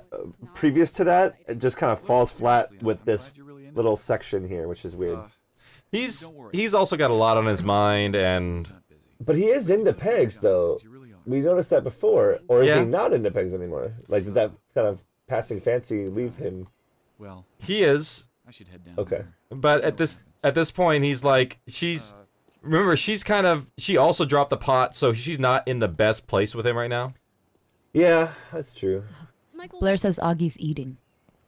S2: previous to that it just kind of falls flat with this little section here, which is weird.
S1: He's he's also got a lot on his mind, and
S2: But he is into pegs, though. We noticed that before. Or is
S1: Yeah.
S2: he not into pegs anymore? Like, did that kind of passing fancy leave him?
S7: Well,
S1: he is.
S7: I should head down.
S2: Okay.
S1: But at this at this point, he's like she's. Remember, she's kind of she also dropped the pot, so she's not in the best place with him right now.
S2: Yeah, that's true.
S5: Blair says Augie's eating.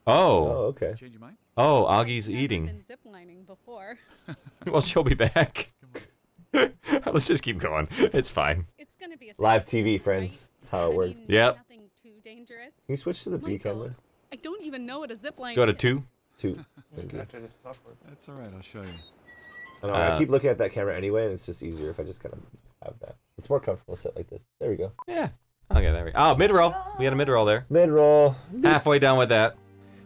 S1: Oh.
S2: Oh, okay.
S7: Change your mind?
S1: Oh, Augie's eating.
S13: Been ziplining before.
S1: Well, she'll be back. Let's just keep going. It's fine.
S13: It's gonna be a
S2: Live TV, friends. That's how it works.
S1: Yep.
S13: nothing too dangerous.
S2: Can you switch to the B camera?
S13: I don't even know what a zipline.
S1: Go to two.
S2: Two.
S7: That's all right. I'll show you.
S2: I, don't know, I
S1: Uh,
S2: keep looking at that camera anyway, and it's just easier if I just kind of have that. It's more comfortable to sit like this. There we go.
S1: Yeah. Okay, there we go. Oh, mid roll. We had a mid roll there.
S2: Mid roll.
S1: Halfway done with that.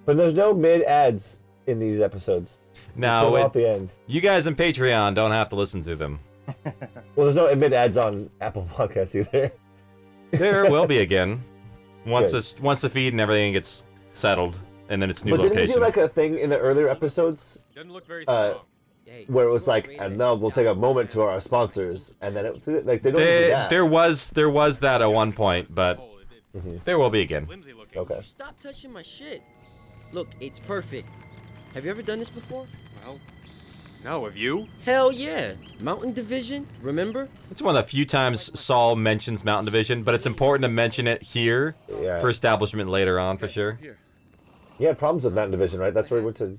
S2: But there's no mid ads in these episodes.
S1: Now,
S2: Put 'em
S1: it-
S2: at the end.
S1: you guys in Patreon don't have to listen to them.
S2: Well, there's no mid ads on Apple Podcasts either.
S1: There will be again. Once
S2: Good.
S1: this, once the feed and everything gets settled, and then it's new
S2: but didn't
S1: location.
S2: we do like a thing in the earlier episodes?
S9: Doesn't look very
S2: uh, where it was like, and now we'll take a moment to our sponsors, and then it like they don't even do
S1: There-
S2: that. Mm-hmm.
S1: there was there was that at one point, but there will be again.
S2: Okay.
S8: Stop touching my shit. Look, it's perfect. Have you ever done this before? Well,
S9: no, have you?
S8: Hell yeah. Mountain Division, remember?
S1: It's one of the few times Saul mentions Mountain Division, but it's important to mention it here
S2: Yeah.
S1: for establishment later on for sure.
S2: You had problems with Mountain Division, right? That's where he went to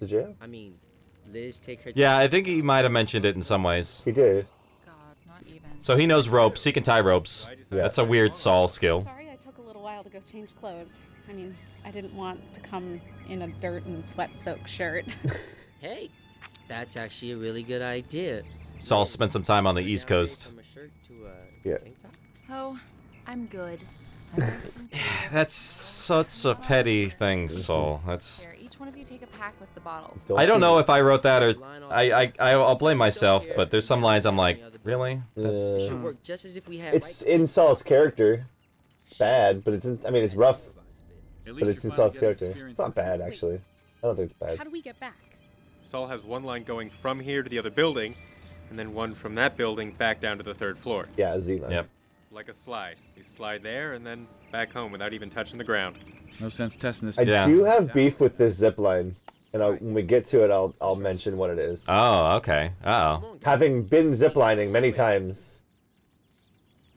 S2: to jail.
S8: I mean, Liz, take her.
S1: Yeah, I think he might have mentioned it in some ways.
S2: He did.
S1: So he knows ropes. He can tie ropes. That's a weird Saul skill.
S13: Sorry, I took a little while to go change clothes. I mean, I didn't want to come in a dirt and sweat-soaked shirt.
S8: Hey, that's actually a really good idea.
S1: Saul spent some time on the East Coast.
S2: Yeah.
S6: Oh, I'm good.
S1: That's such a petty thing,
S2: Mm-hmm.
S1: Saul. That's.
S6: Here, each one of you take a pack with the bottles.
S1: I don't know if I wrote that or I I I- I'll blame myself, but there's some lines I'm like, really?
S8: It
S1: That's,
S8: should work just as if we had.
S2: It's in Saul's character. Bad, but it's in, I mean it's rough, but it's in Saul's character. It's not bad actually. I don't think it's
S13: How
S2: bad.
S13: do we get back?
S9: Saul has one line going from here to the other building, and then one from that building back down to the third floor.
S2: Yeah, Z line.
S1: Yep.
S9: Like a slide. You slide there and then back home without even touching the ground.
S7: No sense testing this.
S2: I do have beef with this zip line, and I'll, when we get to it, I'll I'll mention what it is.
S1: Oh, okay. Oh.
S2: Having been ziplining many times,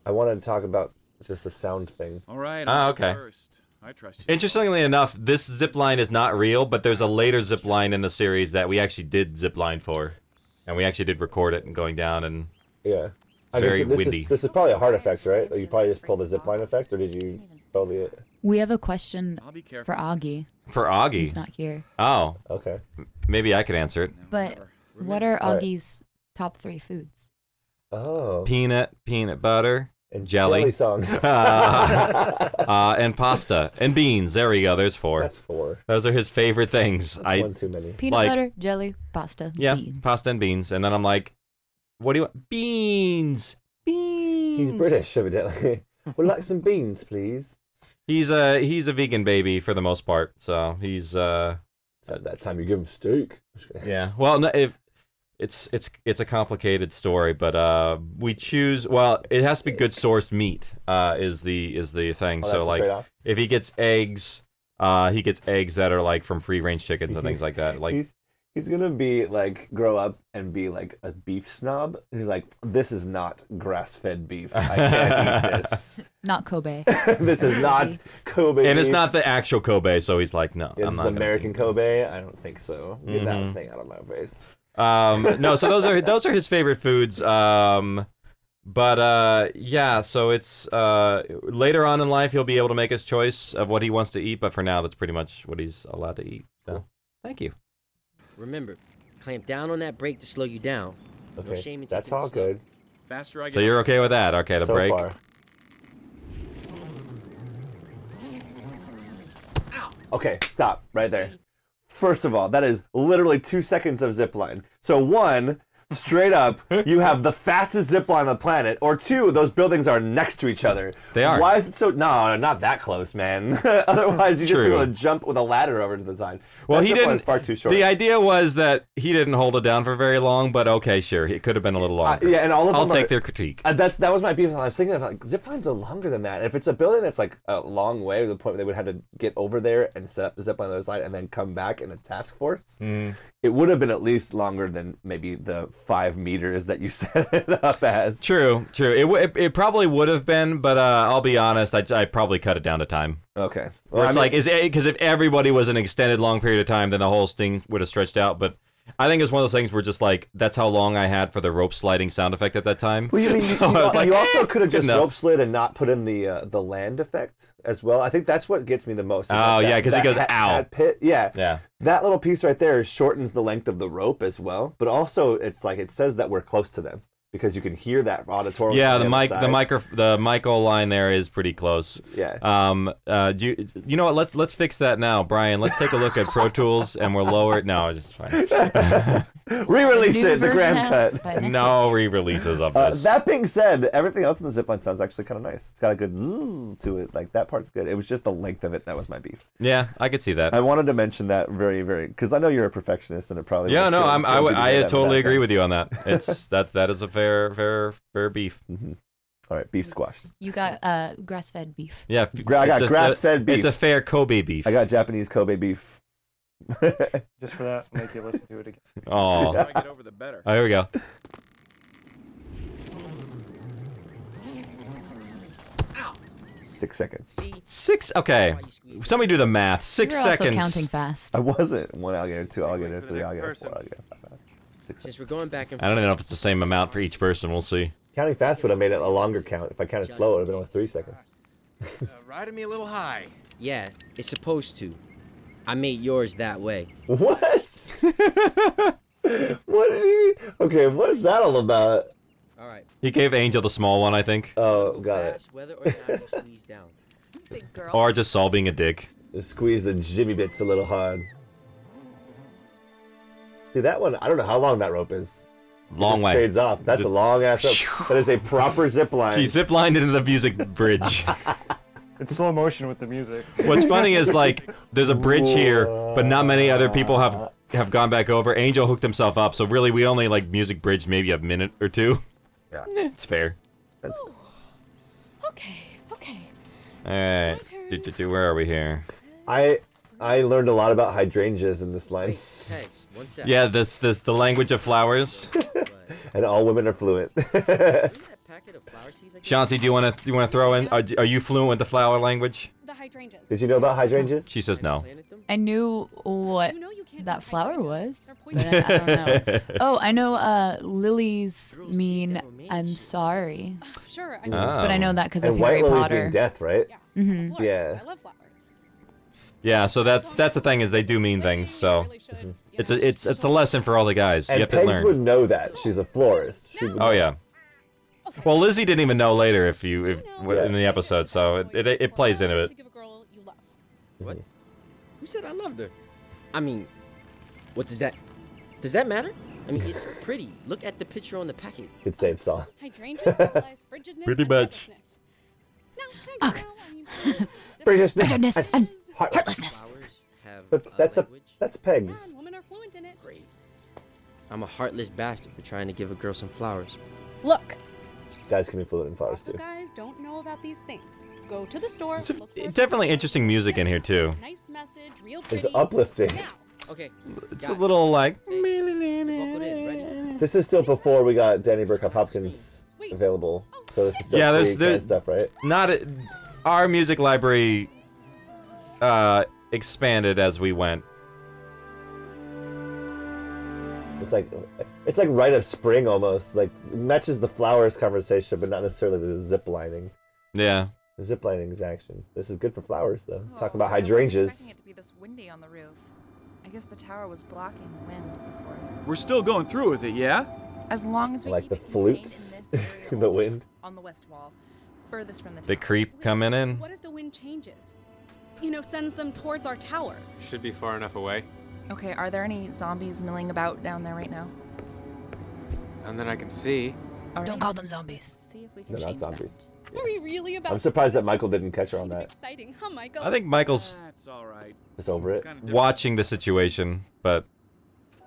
S2: I want to talk about just the sound thing.
S7: All right.
S1: Ah,
S7: I'll go
S1: okay.
S7: First. I trust you.
S1: Interestingly enough, this zip line is not real, but there's a later zip line in the series that we actually did zip line for, and we actually did record it and going down and
S2: Yeah.
S1: It's very
S2: this
S1: windy.
S2: Is, this is probably a heart effect, right? Like you probably just pulled the zip line effect, or did you pull the?
S5: We have a question
S7: for
S5: Augie.
S1: for Augie.
S5: He's not here.
S1: Oh.
S2: Okay.
S1: Maybe I could answer it.
S5: But what are
S1: Right.
S5: Augie's top three foods?
S2: Oh.
S1: Peanut, peanut butter,
S2: and
S1: jelly,
S2: jelly song.
S1: uh, uh, and pasta and beans. There we go. There's four.
S2: That's four.
S1: Those are his favorite things. I
S2: one too many.
S5: Peanut
S1: like,
S5: butter, jelly, pasta.
S1: Yeah,
S5: beans.
S1: pasta and beans. And then I'm like, what do you want? Beans. Beans.
S2: He's British, evidently. Would like some beans, please.
S1: He's a he's a vegan baby for the most part. So he's uh.
S2: At that time, you give him steak.
S1: Yeah. Well, no, if it's it's it's a complicated story, but uh, we choose. Well, it has to be good sourced meat. Uh, is the is the thing.
S2: Oh,
S1: so
S2: that's the
S1: like,
S2: trade-off.
S1: if he gets eggs, uh, he gets eggs that are like from free range chickens and things like that. Like
S2: he's he's gonna be like grow up and be like a beef snob. And he's like, this is not grass fed beef. I can't eat this.
S5: Not Kobe.
S2: this is not Kobe.
S1: And it's
S2: beef.
S1: not the actual Kobe, so he's like, no,
S2: This
S1: I'm
S2: is
S1: not. Gonna.
S2: American Kobe. I don't think so. Get
S1: Mhm.
S2: that thing out of my face.
S1: Um, no, so those are those are his favorite foods. Um, but uh, yeah, so it's uh, later on in life he'll be able to make his choice of what he wants to eat. But for now, that's pretty much what he's allowed to eat. So thank you.
S8: Remember, clamp down on that brake to slow you down. No
S2: Okay,
S8: shame in
S2: that's
S8: taking the
S2: all
S8: step.
S2: good.
S7: Faster I get.
S1: So you're okay with that? Okay, the
S2: So
S1: break.
S2: far. Okay, stop right there. First of all, that is literally two seconds of zip line. So one, straight up, you have the fastest zip line on the planet, or two, those buildings are next to each other.
S1: They are.
S2: Why is it so? No, no, not that close, man. Otherwise, you just be
S1: True.
S2: able to jump with a ladder over to the side.
S1: Well,
S2: That
S1: he
S2: zip
S1: didn't.
S2: Line is far too short.
S1: The idea was that he didn't hold it down for very long, but okay, sure, it could have been a little
S2: Uh,
S1: longer.
S2: yeah, and all of
S1: I'll
S2: them
S1: take
S2: are-
S1: their critique.
S2: Uh, that's that was my beef. I was thinking of like zip lines are longer than that. If it's a building that's like a long way to the point where they would have to get over there and set up a zip line on the other side and then come back in a task force,
S1: Mm.
S2: it would have been at least longer than maybe the five meters that you set it up as.
S1: True, true. It, w- it, it probably would have been, but uh, I'll be honest, I, I probably cut it down to time.
S2: Okay.
S1: Or
S2: Well,
S1: it's
S2: I mean-
S1: like, is because if everybody was an extended long period of time, then the whole thing would have stretched out. But I think it's one of those things where just like that's how long I had for the rope sliding sound effect at that time.
S2: Well, you, mean,
S1: so
S2: you, you
S1: I was
S2: al-
S1: like,
S2: you also
S1: "Eh,
S2: could have
S1: good
S2: just
S1: enough."
S2: rope slid and not put in the uh, the land effect as well. I think that's what gets me the most. is
S1: Oh,
S2: that-
S1: yeah,
S2: that-
S1: 'cause he
S2: that
S1: goes,
S2: hat-
S1: "Ow."
S2: hat pit. Yeah.
S1: Yeah.
S2: That little piece right there shortens the length of the rope as well, but also it's like it says that we're close to them because you can hear that auditorium.
S1: Yeah,
S2: on
S1: the
S2: other
S1: mic, the
S2: side.
S1: micro, the Michael line there is pretty close.
S2: Yeah.
S1: Um. Uh. Do you, you know what? Let's let's fix that now, Brian. Let's take a look at Pro Tools and we'll lower it. No, it's fine.
S2: Re-release
S1: New
S2: it, the grand
S1: version of-
S2: cut.
S1: by Netflix. No re-releases of
S2: Uh,
S1: this.
S2: that being said, everything else in the zipline sounds actually kind of nice. It's got a good zzz to it. Like that part's good. It was just the length of it that was my beef.
S1: Yeah, I could see that.
S2: I wanted to mention that very, very because I know you're a perfectionist and it probably
S1: yeah,
S2: would've
S1: no,
S2: killed-
S1: I'm, I,
S2: killed
S1: w-
S2: you to
S1: I
S2: hear that
S1: totally
S2: in the
S1: agree with you on that.
S2: background.
S1: It's that that is a fair, fair, fair beef.
S2: Mm-hmm. All right, beef squashed.
S5: You got uh, grass-fed beef.
S1: Yeah,
S2: Gra- I
S1: it's
S2: got
S1: a-
S2: grass fed beef.
S1: It's a fair Kobe beef.
S2: I got Japanese Kobe beef.
S4: Just for that, make you listen to it again.
S7: The
S1: Oh.
S7: more I get over, the better.
S1: Oh, here we go.
S2: Six seconds.
S1: Six. Okay. Somebody do the math. 6
S5: You were also
S1: seconds.
S5: counting fast.
S2: I wasn't. One alligator, two alligator, three alligator, four alligator, five alligator.
S8: Since we're going back and
S1: I don't even know if it's the same amount for each person. We'll see.
S2: Counting fast would have made it a longer count. If I counted slow, it would have been only three seconds.
S9: Uh, riding me a little high.
S8: Yeah, it's supposed to. I made yours that way.
S2: What? what? Did he... Okay, what is that all about?
S8: All right.
S1: He gave Angel the small one, I think.
S2: Oh, got it.
S8: Whether or not you squeeze down.
S10: Big girl.
S1: Or just Saul being a dick.
S2: Squeeze the jimmy bits a little hard. See that one? I don't know how long that rope is. It
S1: Long
S2: just
S1: way.
S2: Fades off. That's a
S1: Just-
S2: long ass rope. That is a proper zip line.
S1: She ziplined into the music bridge.
S4: It's slow motion with the music.
S1: What's funny is like there's a bridge here, but not many other people have have gone back over. Angel hooked himself up, so really we only like music bridge maybe a minute or two.
S2: Yeah.
S1: It's fair.
S13: Okay, okay.
S1: All right. Do, do, do, where are we here?
S2: I I learned a lot about hydrangeas in this line.
S8: Thanks. One sec.
S1: Yeah, this this the language of flowers.
S2: and all women are fluent.
S1: Shanti, do you want to you want to throw in? Are, are you fluent with the flower language?
S13: The hydrangeas.
S2: Did you know about hydrangeas?
S1: She says no.
S5: I knew what that flower was. But I, I don't know. oh, I know uh, lilies mean I'm sorry.
S13: Sure. I
S1: Ah.
S5: But
S1: Oh.
S5: I know that because
S2: And
S5: of
S2: white
S5: Harry
S2: lilies
S5: Potter.
S2: mean death, right?
S5: Yeah. Mhm.
S2: Yeah.
S13: I love flowers.
S1: Yeah, so that's that's the thing is they do mean things. So it's a it's it's a lesson for all the guys.
S2: And
S1: you have to
S2: Pegs
S1: learn.
S2: would know that. She's a florist. She would
S1: Oh
S2: know.
S1: yeah. Well, Lizzie didn't even know later if you if in the episode, so it, it it plays into it.
S8: What? Who said I loved her? I mean, what does that? Does that matter? I mean, it's pretty. Look at the picture on the packet.
S2: Good save, Saul.
S13: Hydrangeas symbolize frigidness.
S2: Pretty
S13: and
S2: much.
S13: helplessness. Now, can I go now? I mean,
S2: Frigidness
S5: Frigidness
S2: and
S5: and
S2: heartlessness. But that's a that's Pegs.
S13: women are fluent in it. Great.
S8: I'm a heartless bastard for trying to give a girl some flowers.
S13: Look,
S2: Guys can be fluent in flowers
S13: you
S2: too.
S13: guys don't know about these things. Go to the store.
S1: It's a-
S13: look for
S1: definitely interesting music in here too.
S13: nice message, real
S2: It's
S13: pretty.
S2: uplifting.
S8: Okay.
S1: It's a little like
S2: This is still before we got Danny Burkhoff Hopkins available. So this is still
S1: yeah,
S2: pre
S1: there's
S2: kind of
S1: there's
S2: stuff, right?
S1: Not a, our music library uh expanded as we went.
S2: It's like it's like rite of spring almost. Like it matches the flowers conversation, but not necessarily the zip lining.
S1: Yeah.
S2: The zip lining is action. This is good for flowers though. Talking about hydrangeas.
S6: Expecting it to be this windy on the roof. I guess the tower was blocking the wind before.
S7: We're still going through with it, yeah?
S6: As long as we
S2: Like
S6: keep
S2: the
S6: it contained in
S2: flutes
S6: this
S2: in the wind.
S6: on the west wall, furthest from the tower.
S1: The creep coming in.
S13: What if the wind changes? You know, sends them towards our tower.
S14: Should be far enough away.
S6: Okay, are there any zombies milling about down there right now?
S14: And then I can see.
S6: All
S5: Don't
S6: right,
S5: call them zombies.
S6: See if we can
S2: They're not
S6: change that.
S2: zombies.
S13: Are we really about
S2: I'm surprised that Michael didn't catch her on that.
S13: exciting, huh, Michael?
S1: I think Michael's
S7: That's all right.
S2: Just over it.
S1: watching the situation, but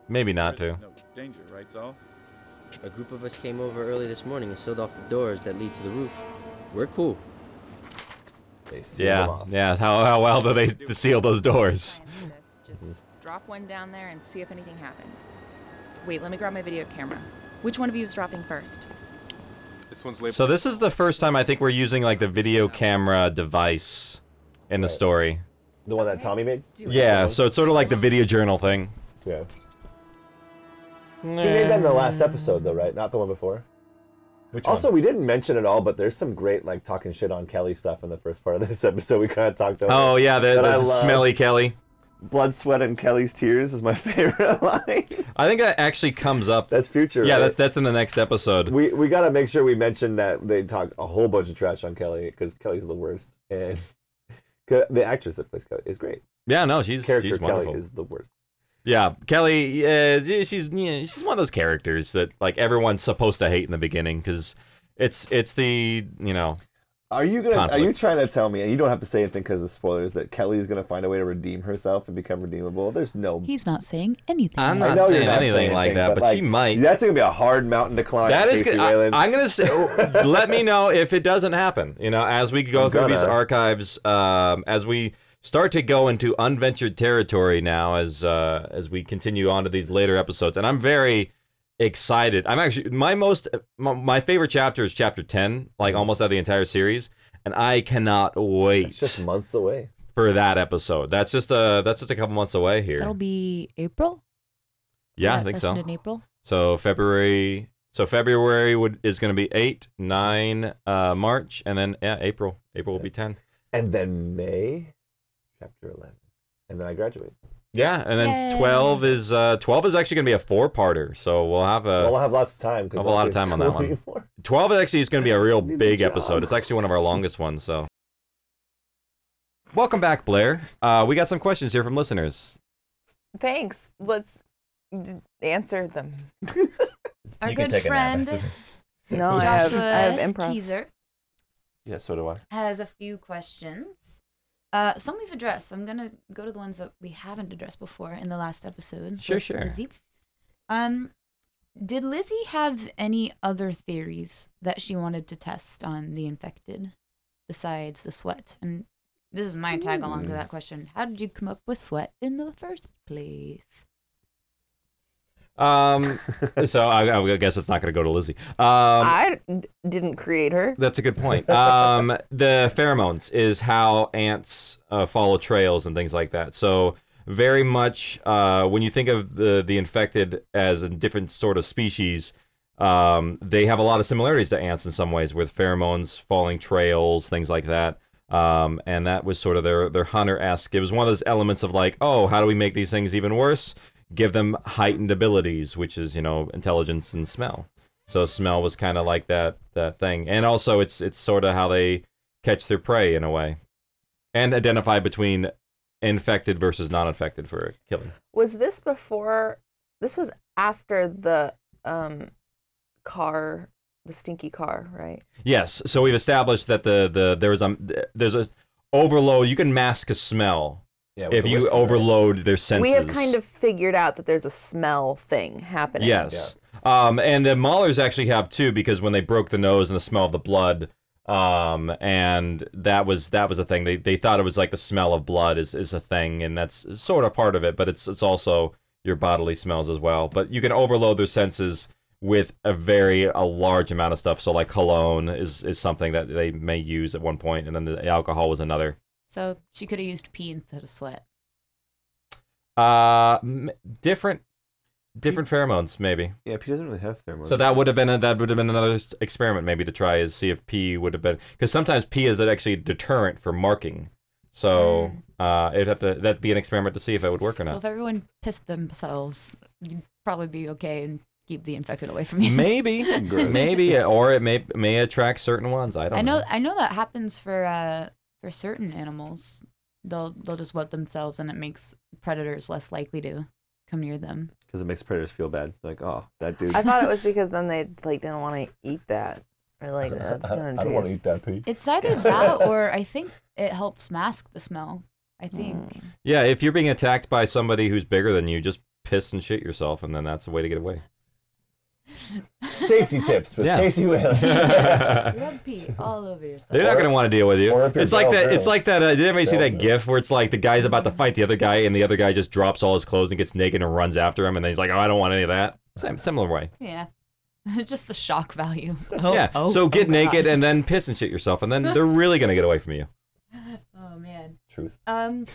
S1: maybe not to.
S7: No danger, right, Saul?
S8: A group of us came over early this morning and sealed off the doors that lead to the roof. We're cool.
S1: Yeah, yeah. How how well do they seal those doors?
S6: Drop one down there and see if anything happens. Wait, let me grab my video camera. Which one of you is dropping first?
S14: This one's labeled.
S1: So this is the first time I think we're using like the video camera device in the story.
S2: The one that Tommy made?
S1: Yeah, so it's sort of like the video journal thing.
S2: Yeah. We made that in the last episode though, right? Not the one before.
S1: Which
S2: also, we didn't mention it all, but there's some great like talking shit on Kelly stuff in the first part of this episode. We kind of talked over.
S1: Oh yeah, the,
S2: That I
S1: the
S2: love.
S1: smelly Kelly.
S2: Blood, sweat, and Kelly's tears is my favorite line.
S1: I think that actually comes up.
S2: That's future.
S1: Yeah,
S2: right?
S1: that's that's in the next episode.
S2: We we gotta make sure we mention that they talk a whole bunch of trash on Kelly because Kelly's the worst, and the actress that plays Kelly is great.
S1: Yeah, no, she's
S2: Character
S1: she's
S2: Kelly
S1: wonderful.
S2: is the worst.
S1: Yeah, Kelly. Yeah, she- she's yeah, she's one of those characters that like everyone's supposed to hate in the beginning because it's it's the you know.
S2: Are you gonna?
S1: Conflict.
S2: Are you trying to tell me? And you don't have to say anything because of spoilers. That Kelly is gonna find a way to redeem herself and become redeemable. There's no.
S5: He's not saying anything.
S1: I'm
S2: I
S1: not
S2: know you're
S1: saying anything like that, but she might.
S2: That's gonna be a hard mountain to climb.
S1: That is
S2: Casey
S1: good. I,
S2: Whalen.
S1: I'm gonna say. oh, let me know if it doesn't happen. You know, as we go
S2: I'm
S1: through these
S2: gonna.
S1: archives, um, as we start to go into unventured territory now, as uh, as we continue on to these later episodes, and I'm very excited. I'm actually my most my, my favorite chapter is chapter ten, like almost out of the entire series, and I cannot wait. It's just
S2: months away
S1: for that episode. That's just a that's just a couple months away here.
S5: That'll be April.
S1: yeah, I
S5: that
S1: think so.
S5: session In April.
S1: So February. So February would is going to be eight, nine, uh, March, and then yeah, April. April will be ten.
S2: And then May, chapter eleven, and then I graduate.
S1: Yeah, and then
S2: Yay.
S1: twelve is uh, twelve is actually going to be a four-parter. So we'll have a
S2: well, we'll have lots of time.
S1: Uh, have a lot of time on that one. Twelve actually is going to be a real big episode. It's actually one of our longest ones. So welcome back, Blair. Uh, we got some questions here from listeners.
S15: Thanks. Let's d- answer them.
S10: Our
S1: You can
S10: good
S1: take a nap
S10: friend,
S1: after this.
S15: No, I have- I have
S10: Joshua
S15: improv.
S10: Teaser,
S2: Yeah, so do I.
S10: has a few questions. Uh, some we've addressed. I'm gonna go to the ones that we haven't addressed before in the last episode.
S5: Sure,
S10: with
S5: sure.
S10: Lizzie. Um, did Lizzie have any other theories that she wanted to test on the infected besides the sweat? And this is my tag along to
S5: Ooh.
S10: that question. How did you come up with sweat in the first place?
S1: Um, so I, I guess it's not going to go to Lizzie. Um,
S15: I d- didn't create her.
S1: That's a good point. Um, the pheromones is how ants uh, follow trails and things like that. So very much uh, when you think of the the infected as a different sort of species, um, they have a lot of similarities to ants in some ways, with pheromones, falling trails, things like that. Um, and that was sort of their their hunter esque. It was one of those elements of like, oh, how do we make these things even worse? Give them heightened abilities, which is you know intelligence and smell. So smell was kind of like that that thing, and also it's it's sort of how they catch their prey in a way, and identify between infected versus non-infected for killing.
S15: Was this before? This was after the um, car, the stinky car, right?
S1: Yes, so we've established that the the there's um th- there's a overload. You can mask a smell
S2: Yeah, with
S1: if
S2: the
S1: you
S2: whistle, right?
S1: overload their senses.
S15: We have kind of figured out that there's a smell thing happening.
S1: Yes. Um, and the Maulers actually have two because when they broke the nose and the smell of the blood, um, and that was that was a thing. They they thought it was like the smell of blood is, is a thing, and that's sort of part of it, but it's it's also your bodily smells as well. But you can overload their senses with a very a large amount of stuff. So like cologne is is something that they may use at one point, and then the alcohol was another.
S10: So she could have used pee instead of sweat.
S1: Uh, m- different different pheromones maybe.
S2: Yeah, P doesn't really have pheromones.
S1: So that would have been a, that would have been another s- experiment maybe to try is see if P would have been because sometimes P is actually a deterrent for marking. So uh, it'd have to that'd be an experiment to see if it would work or
S5: Mm. So
S1: not.
S5: if everyone pissed themselves, you'd probably be okay and keep the infected away from you.
S1: maybe, maybe, uh, or it may may attract certain ones. I don't
S5: I know, I know that happens for uh, for certain animals. They'll they'll just wet themselves, and it makes predators less likely to come near them.
S2: because it makes predators feel bad. Like, oh, that dude.
S15: I thought it was because then they like didn't want to eat that, or like that's
S2: I
S15: gonna
S2: don't want to eat
S15: taste-
S2: that pee.
S5: It's either that, or I think it helps mask the smell. I think.
S1: Yeah, if you're being attacked by somebody who's bigger than you, just piss and shit yourself, and then that's the way to get away. Hmm.
S2: Safety tips with
S1: Yeah.
S2: Casey Whalen.
S5: Rub pee all over yourself.
S1: They're not going to want to deal with you.
S2: or if you're
S1: It's like that.
S2: Bell
S1: It's like that. Uh, did anybody see
S2: Bell
S1: that GIF where it's like the guy's about to fight the other guy, and the other guy just drops all his clothes and gets naked and runs after him, and then he's like, "Oh, I don't want any of that." Same similar way.
S5: Yeah, just the shock value. Oh,
S1: yeah.
S5: oh,
S1: so
S5: oh
S1: get
S5: God.
S1: naked and then piss and shit yourself, and then they're really gonna get away from you.
S5: Oh man.
S2: Truth.
S5: Um,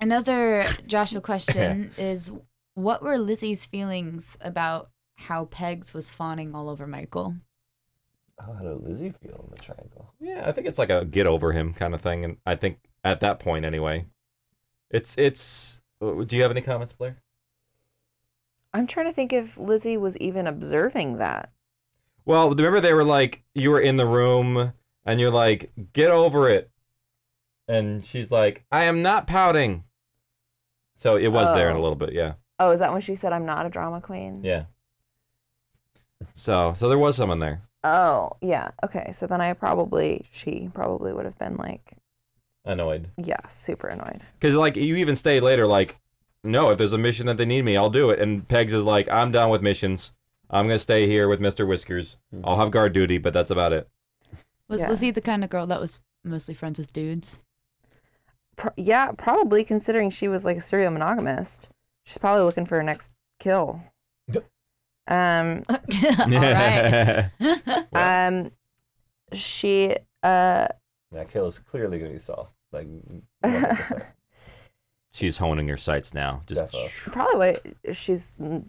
S5: another Joshua question is, what were Lizzie's feelings about how Pegs was fawning all over Michael?
S2: How did Lizzie feel in the triangle?
S1: Yeah, I think it's like a get over him kind of thing, and I think at that point anyway, it's it's. uh, Do you have any comments, Blair?
S15: I'm trying to think if Lizzie was even observing that.
S1: Well, remember they were like you were in the room and you're like, "Get over it," and she's like, "I am not pouting." So it was there in a
S15: Oh.
S1: little bit, yeah.
S15: Oh, is that when she said I'm not a drama queen?
S1: Yeah. So, so there was someone there.
S15: Oh, yeah. Okay. So then I probably she probably would have been like,
S1: Annoyed.
S15: yeah, super annoyed.
S1: Because like you even stayed later, like, no, if there's a mission that they need me, I'll do it. And Pegs is like, I'm done with missions. I'm gonna stay here with Mr. Whiskers. I'll have guard duty, but that's about it.
S5: Was
S15: Yeah.
S5: Lizzie the kind of girl that was mostly friends with dudes?
S15: Pro- yeah, probably considering she was like a serial monogamist. She's probably looking for her next kill. Um, all right. um, she uh,
S2: That kill is clearly going to be Saul. Like,
S1: She's honing her sights now. Just
S15: probably what it- she's. mm,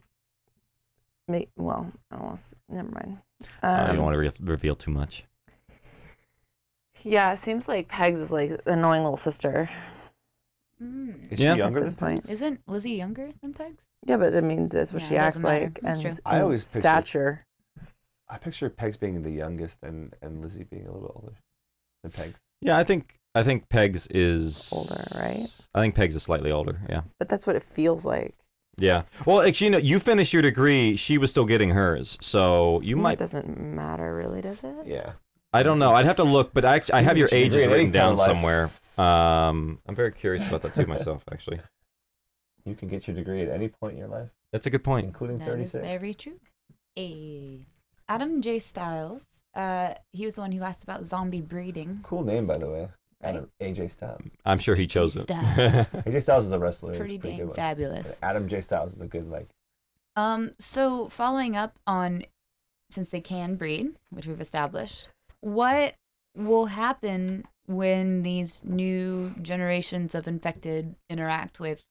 S15: ma- Well, I almost never mind.
S1: I
S15: Um,
S1: don't want to re- reveal too much.
S15: yeah, it seems like Pegs is like the annoying little sister.
S2: Is she Yeah. younger
S15: at this
S2: than
S15: point?
S5: Hmm. Isn't Lizzie younger than Pegs?
S15: Yeah, but I mean, that's what
S5: Yeah,
S15: she
S5: it
S15: acts
S5: doesn't matter.
S15: like,
S5: That's
S15: and,
S5: true.
S2: I
S15: and
S2: always pictured-
S15: stature.
S2: I picture Pegs being the youngest and, and Lizzie being a little bit older than Pegs.
S1: Yeah, I think I think Pegs is
S15: Older, right?
S1: I think Pegs is slightly older. Yeah,
S15: But that's what it feels like.
S1: yeah. Well, actually, no, you finished your degree. She was still getting hers, so you
S15: Well,
S1: might.
S15: It doesn't matter, really, does it?
S2: Yeah.
S1: I don't know. I'd have to look, but I actually I have your
S2: She
S1: ages
S2: agreed,
S1: written
S2: any kind
S1: down
S2: of life.
S1: somewhere. Um, I'm very curious about that too myself. Actually,
S2: You can get your degree at any point in your life,
S1: that's a good point.
S2: including
S5: That is
S2: 36.
S5: very true. A. Adam J. Styles. Uh, he was the one who asked about zombie breeding.
S2: Cool name, by the way. Adam AJ Styles.
S1: I'm sure he chose it.
S5: Styles.
S2: AJ Styles is a wrestler. It's a
S5: Pretty
S2: good
S5: dang
S2: one.
S5: fabulous.
S2: But Adam J Styles is a good like.
S5: Um, so following up on since they can breed, which we've established, what will happen when these new generations of infected interact with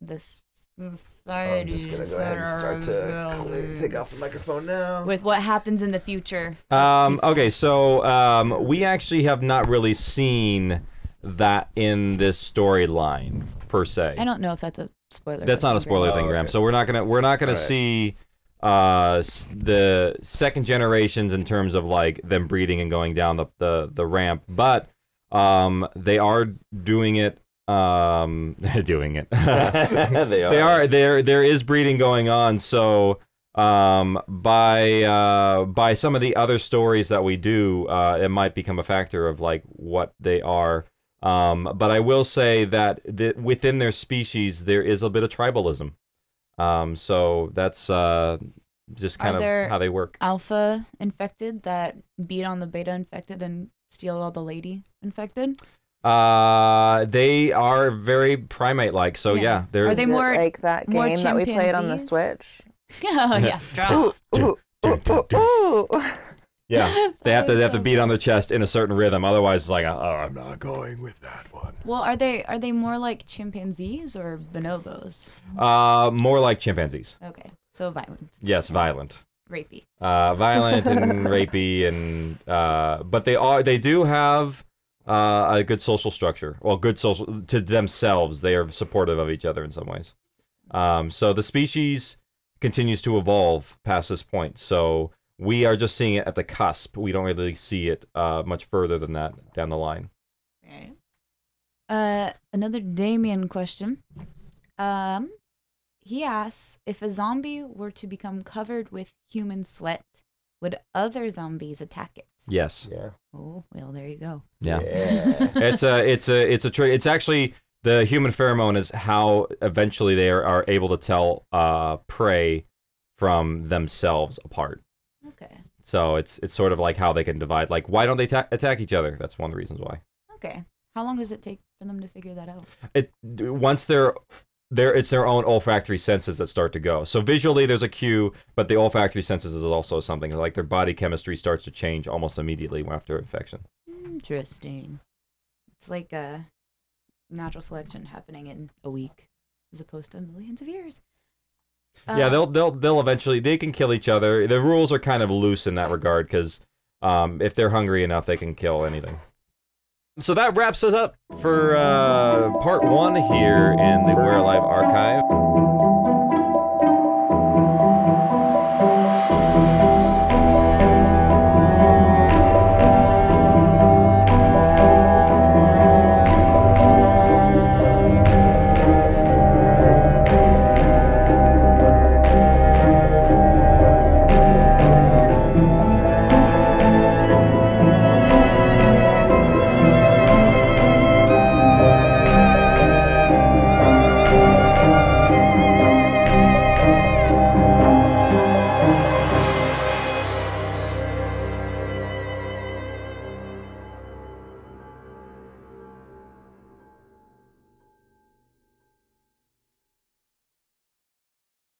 S5: this society?
S2: oh, I'm just gonna go ahead and start to clear, take off the microphone now.
S5: with what happens in the future.
S1: Um, okay, so um, we actually have not really seen that in this storyline per se.
S5: I don't know if that's a spoiler.
S1: That's
S5: but
S1: not
S5: something.
S1: a spoiler thing, Graham. So we're not gonna we're not gonna
S5: Alright.
S1: see uh s- the second generations in terms of like them breeding and going down the the, the ramp, but um they are doing it um doing it
S2: They
S1: they
S2: are.
S1: are there there is breeding going on so um by uh by some of the other stories that we do uh it might become a factor of like what they are um but i will say that th- within their species there is a bit of tribalism um so that's uh just kind
S5: Are
S1: of
S5: there
S1: how they work
S5: Alpha infected that beat on the beta infected and steal all the lady infected.
S1: uh they are very primate like so yeah,
S5: Yeah.
S1: they're
S5: Are they
S15: Is it
S5: more-
S15: like that
S5: more
S15: game that we played on the
S5: chimpanzees?
S15: Switch?
S5: oh yeah, drama.
S15: Ooh.
S1: yeah they have to they have to beat on their chest in a certain rhythm otherwise it's like oh i'm not going with that
S5: Well, are they are they more like chimpanzees or bonobos?
S1: Uh, more like chimpanzees.
S5: Okay, so violent,
S1: Yes, violent.
S5: rapey.
S1: Uh, violent and rapey and uh, but they are they do have uh, a good social structure. Well, good social to themselves. They are supportive of each other in some ways. Um, so the species continues to evolve past this point. So we are just seeing it at the cusp. We don't really see it uh, much further than that down the line.
S5: Uh, another Damien question. Um, he asks if a zombie were to become covered with human sweat, would other zombies attack it?
S1: Yes.
S2: Yeah.
S5: Oh, well, there you go.
S1: Yeah. it's a it's a it's a tr- it's actually the human pheromone is how eventually they are, are able to tell uh prey from themselves apart.
S5: Okay.
S1: So it's it's sort of like how they can divide like why don't they ta- attack each other? That's one of the reasons why.
S5: Okay. How long does it take for them to figure that out?
S1: It d- once they're there it's their own olfactory senses that start to go. So visually there's a cue, but the olfactory senses is also something like their body chemistry starts to change almost immediately after infection.
S5: Interesting. It's like a natural selection happening in a week as opposed to millions of years.
S1: yeah,
S5: Uh,
S1: they'll they'll they'll eventually they can kill each other. The rules are kind of loose in that regard because um, if they're hungry enough, they can kill anything. So that wraps us up for uh, part one here in the We're Alive archive.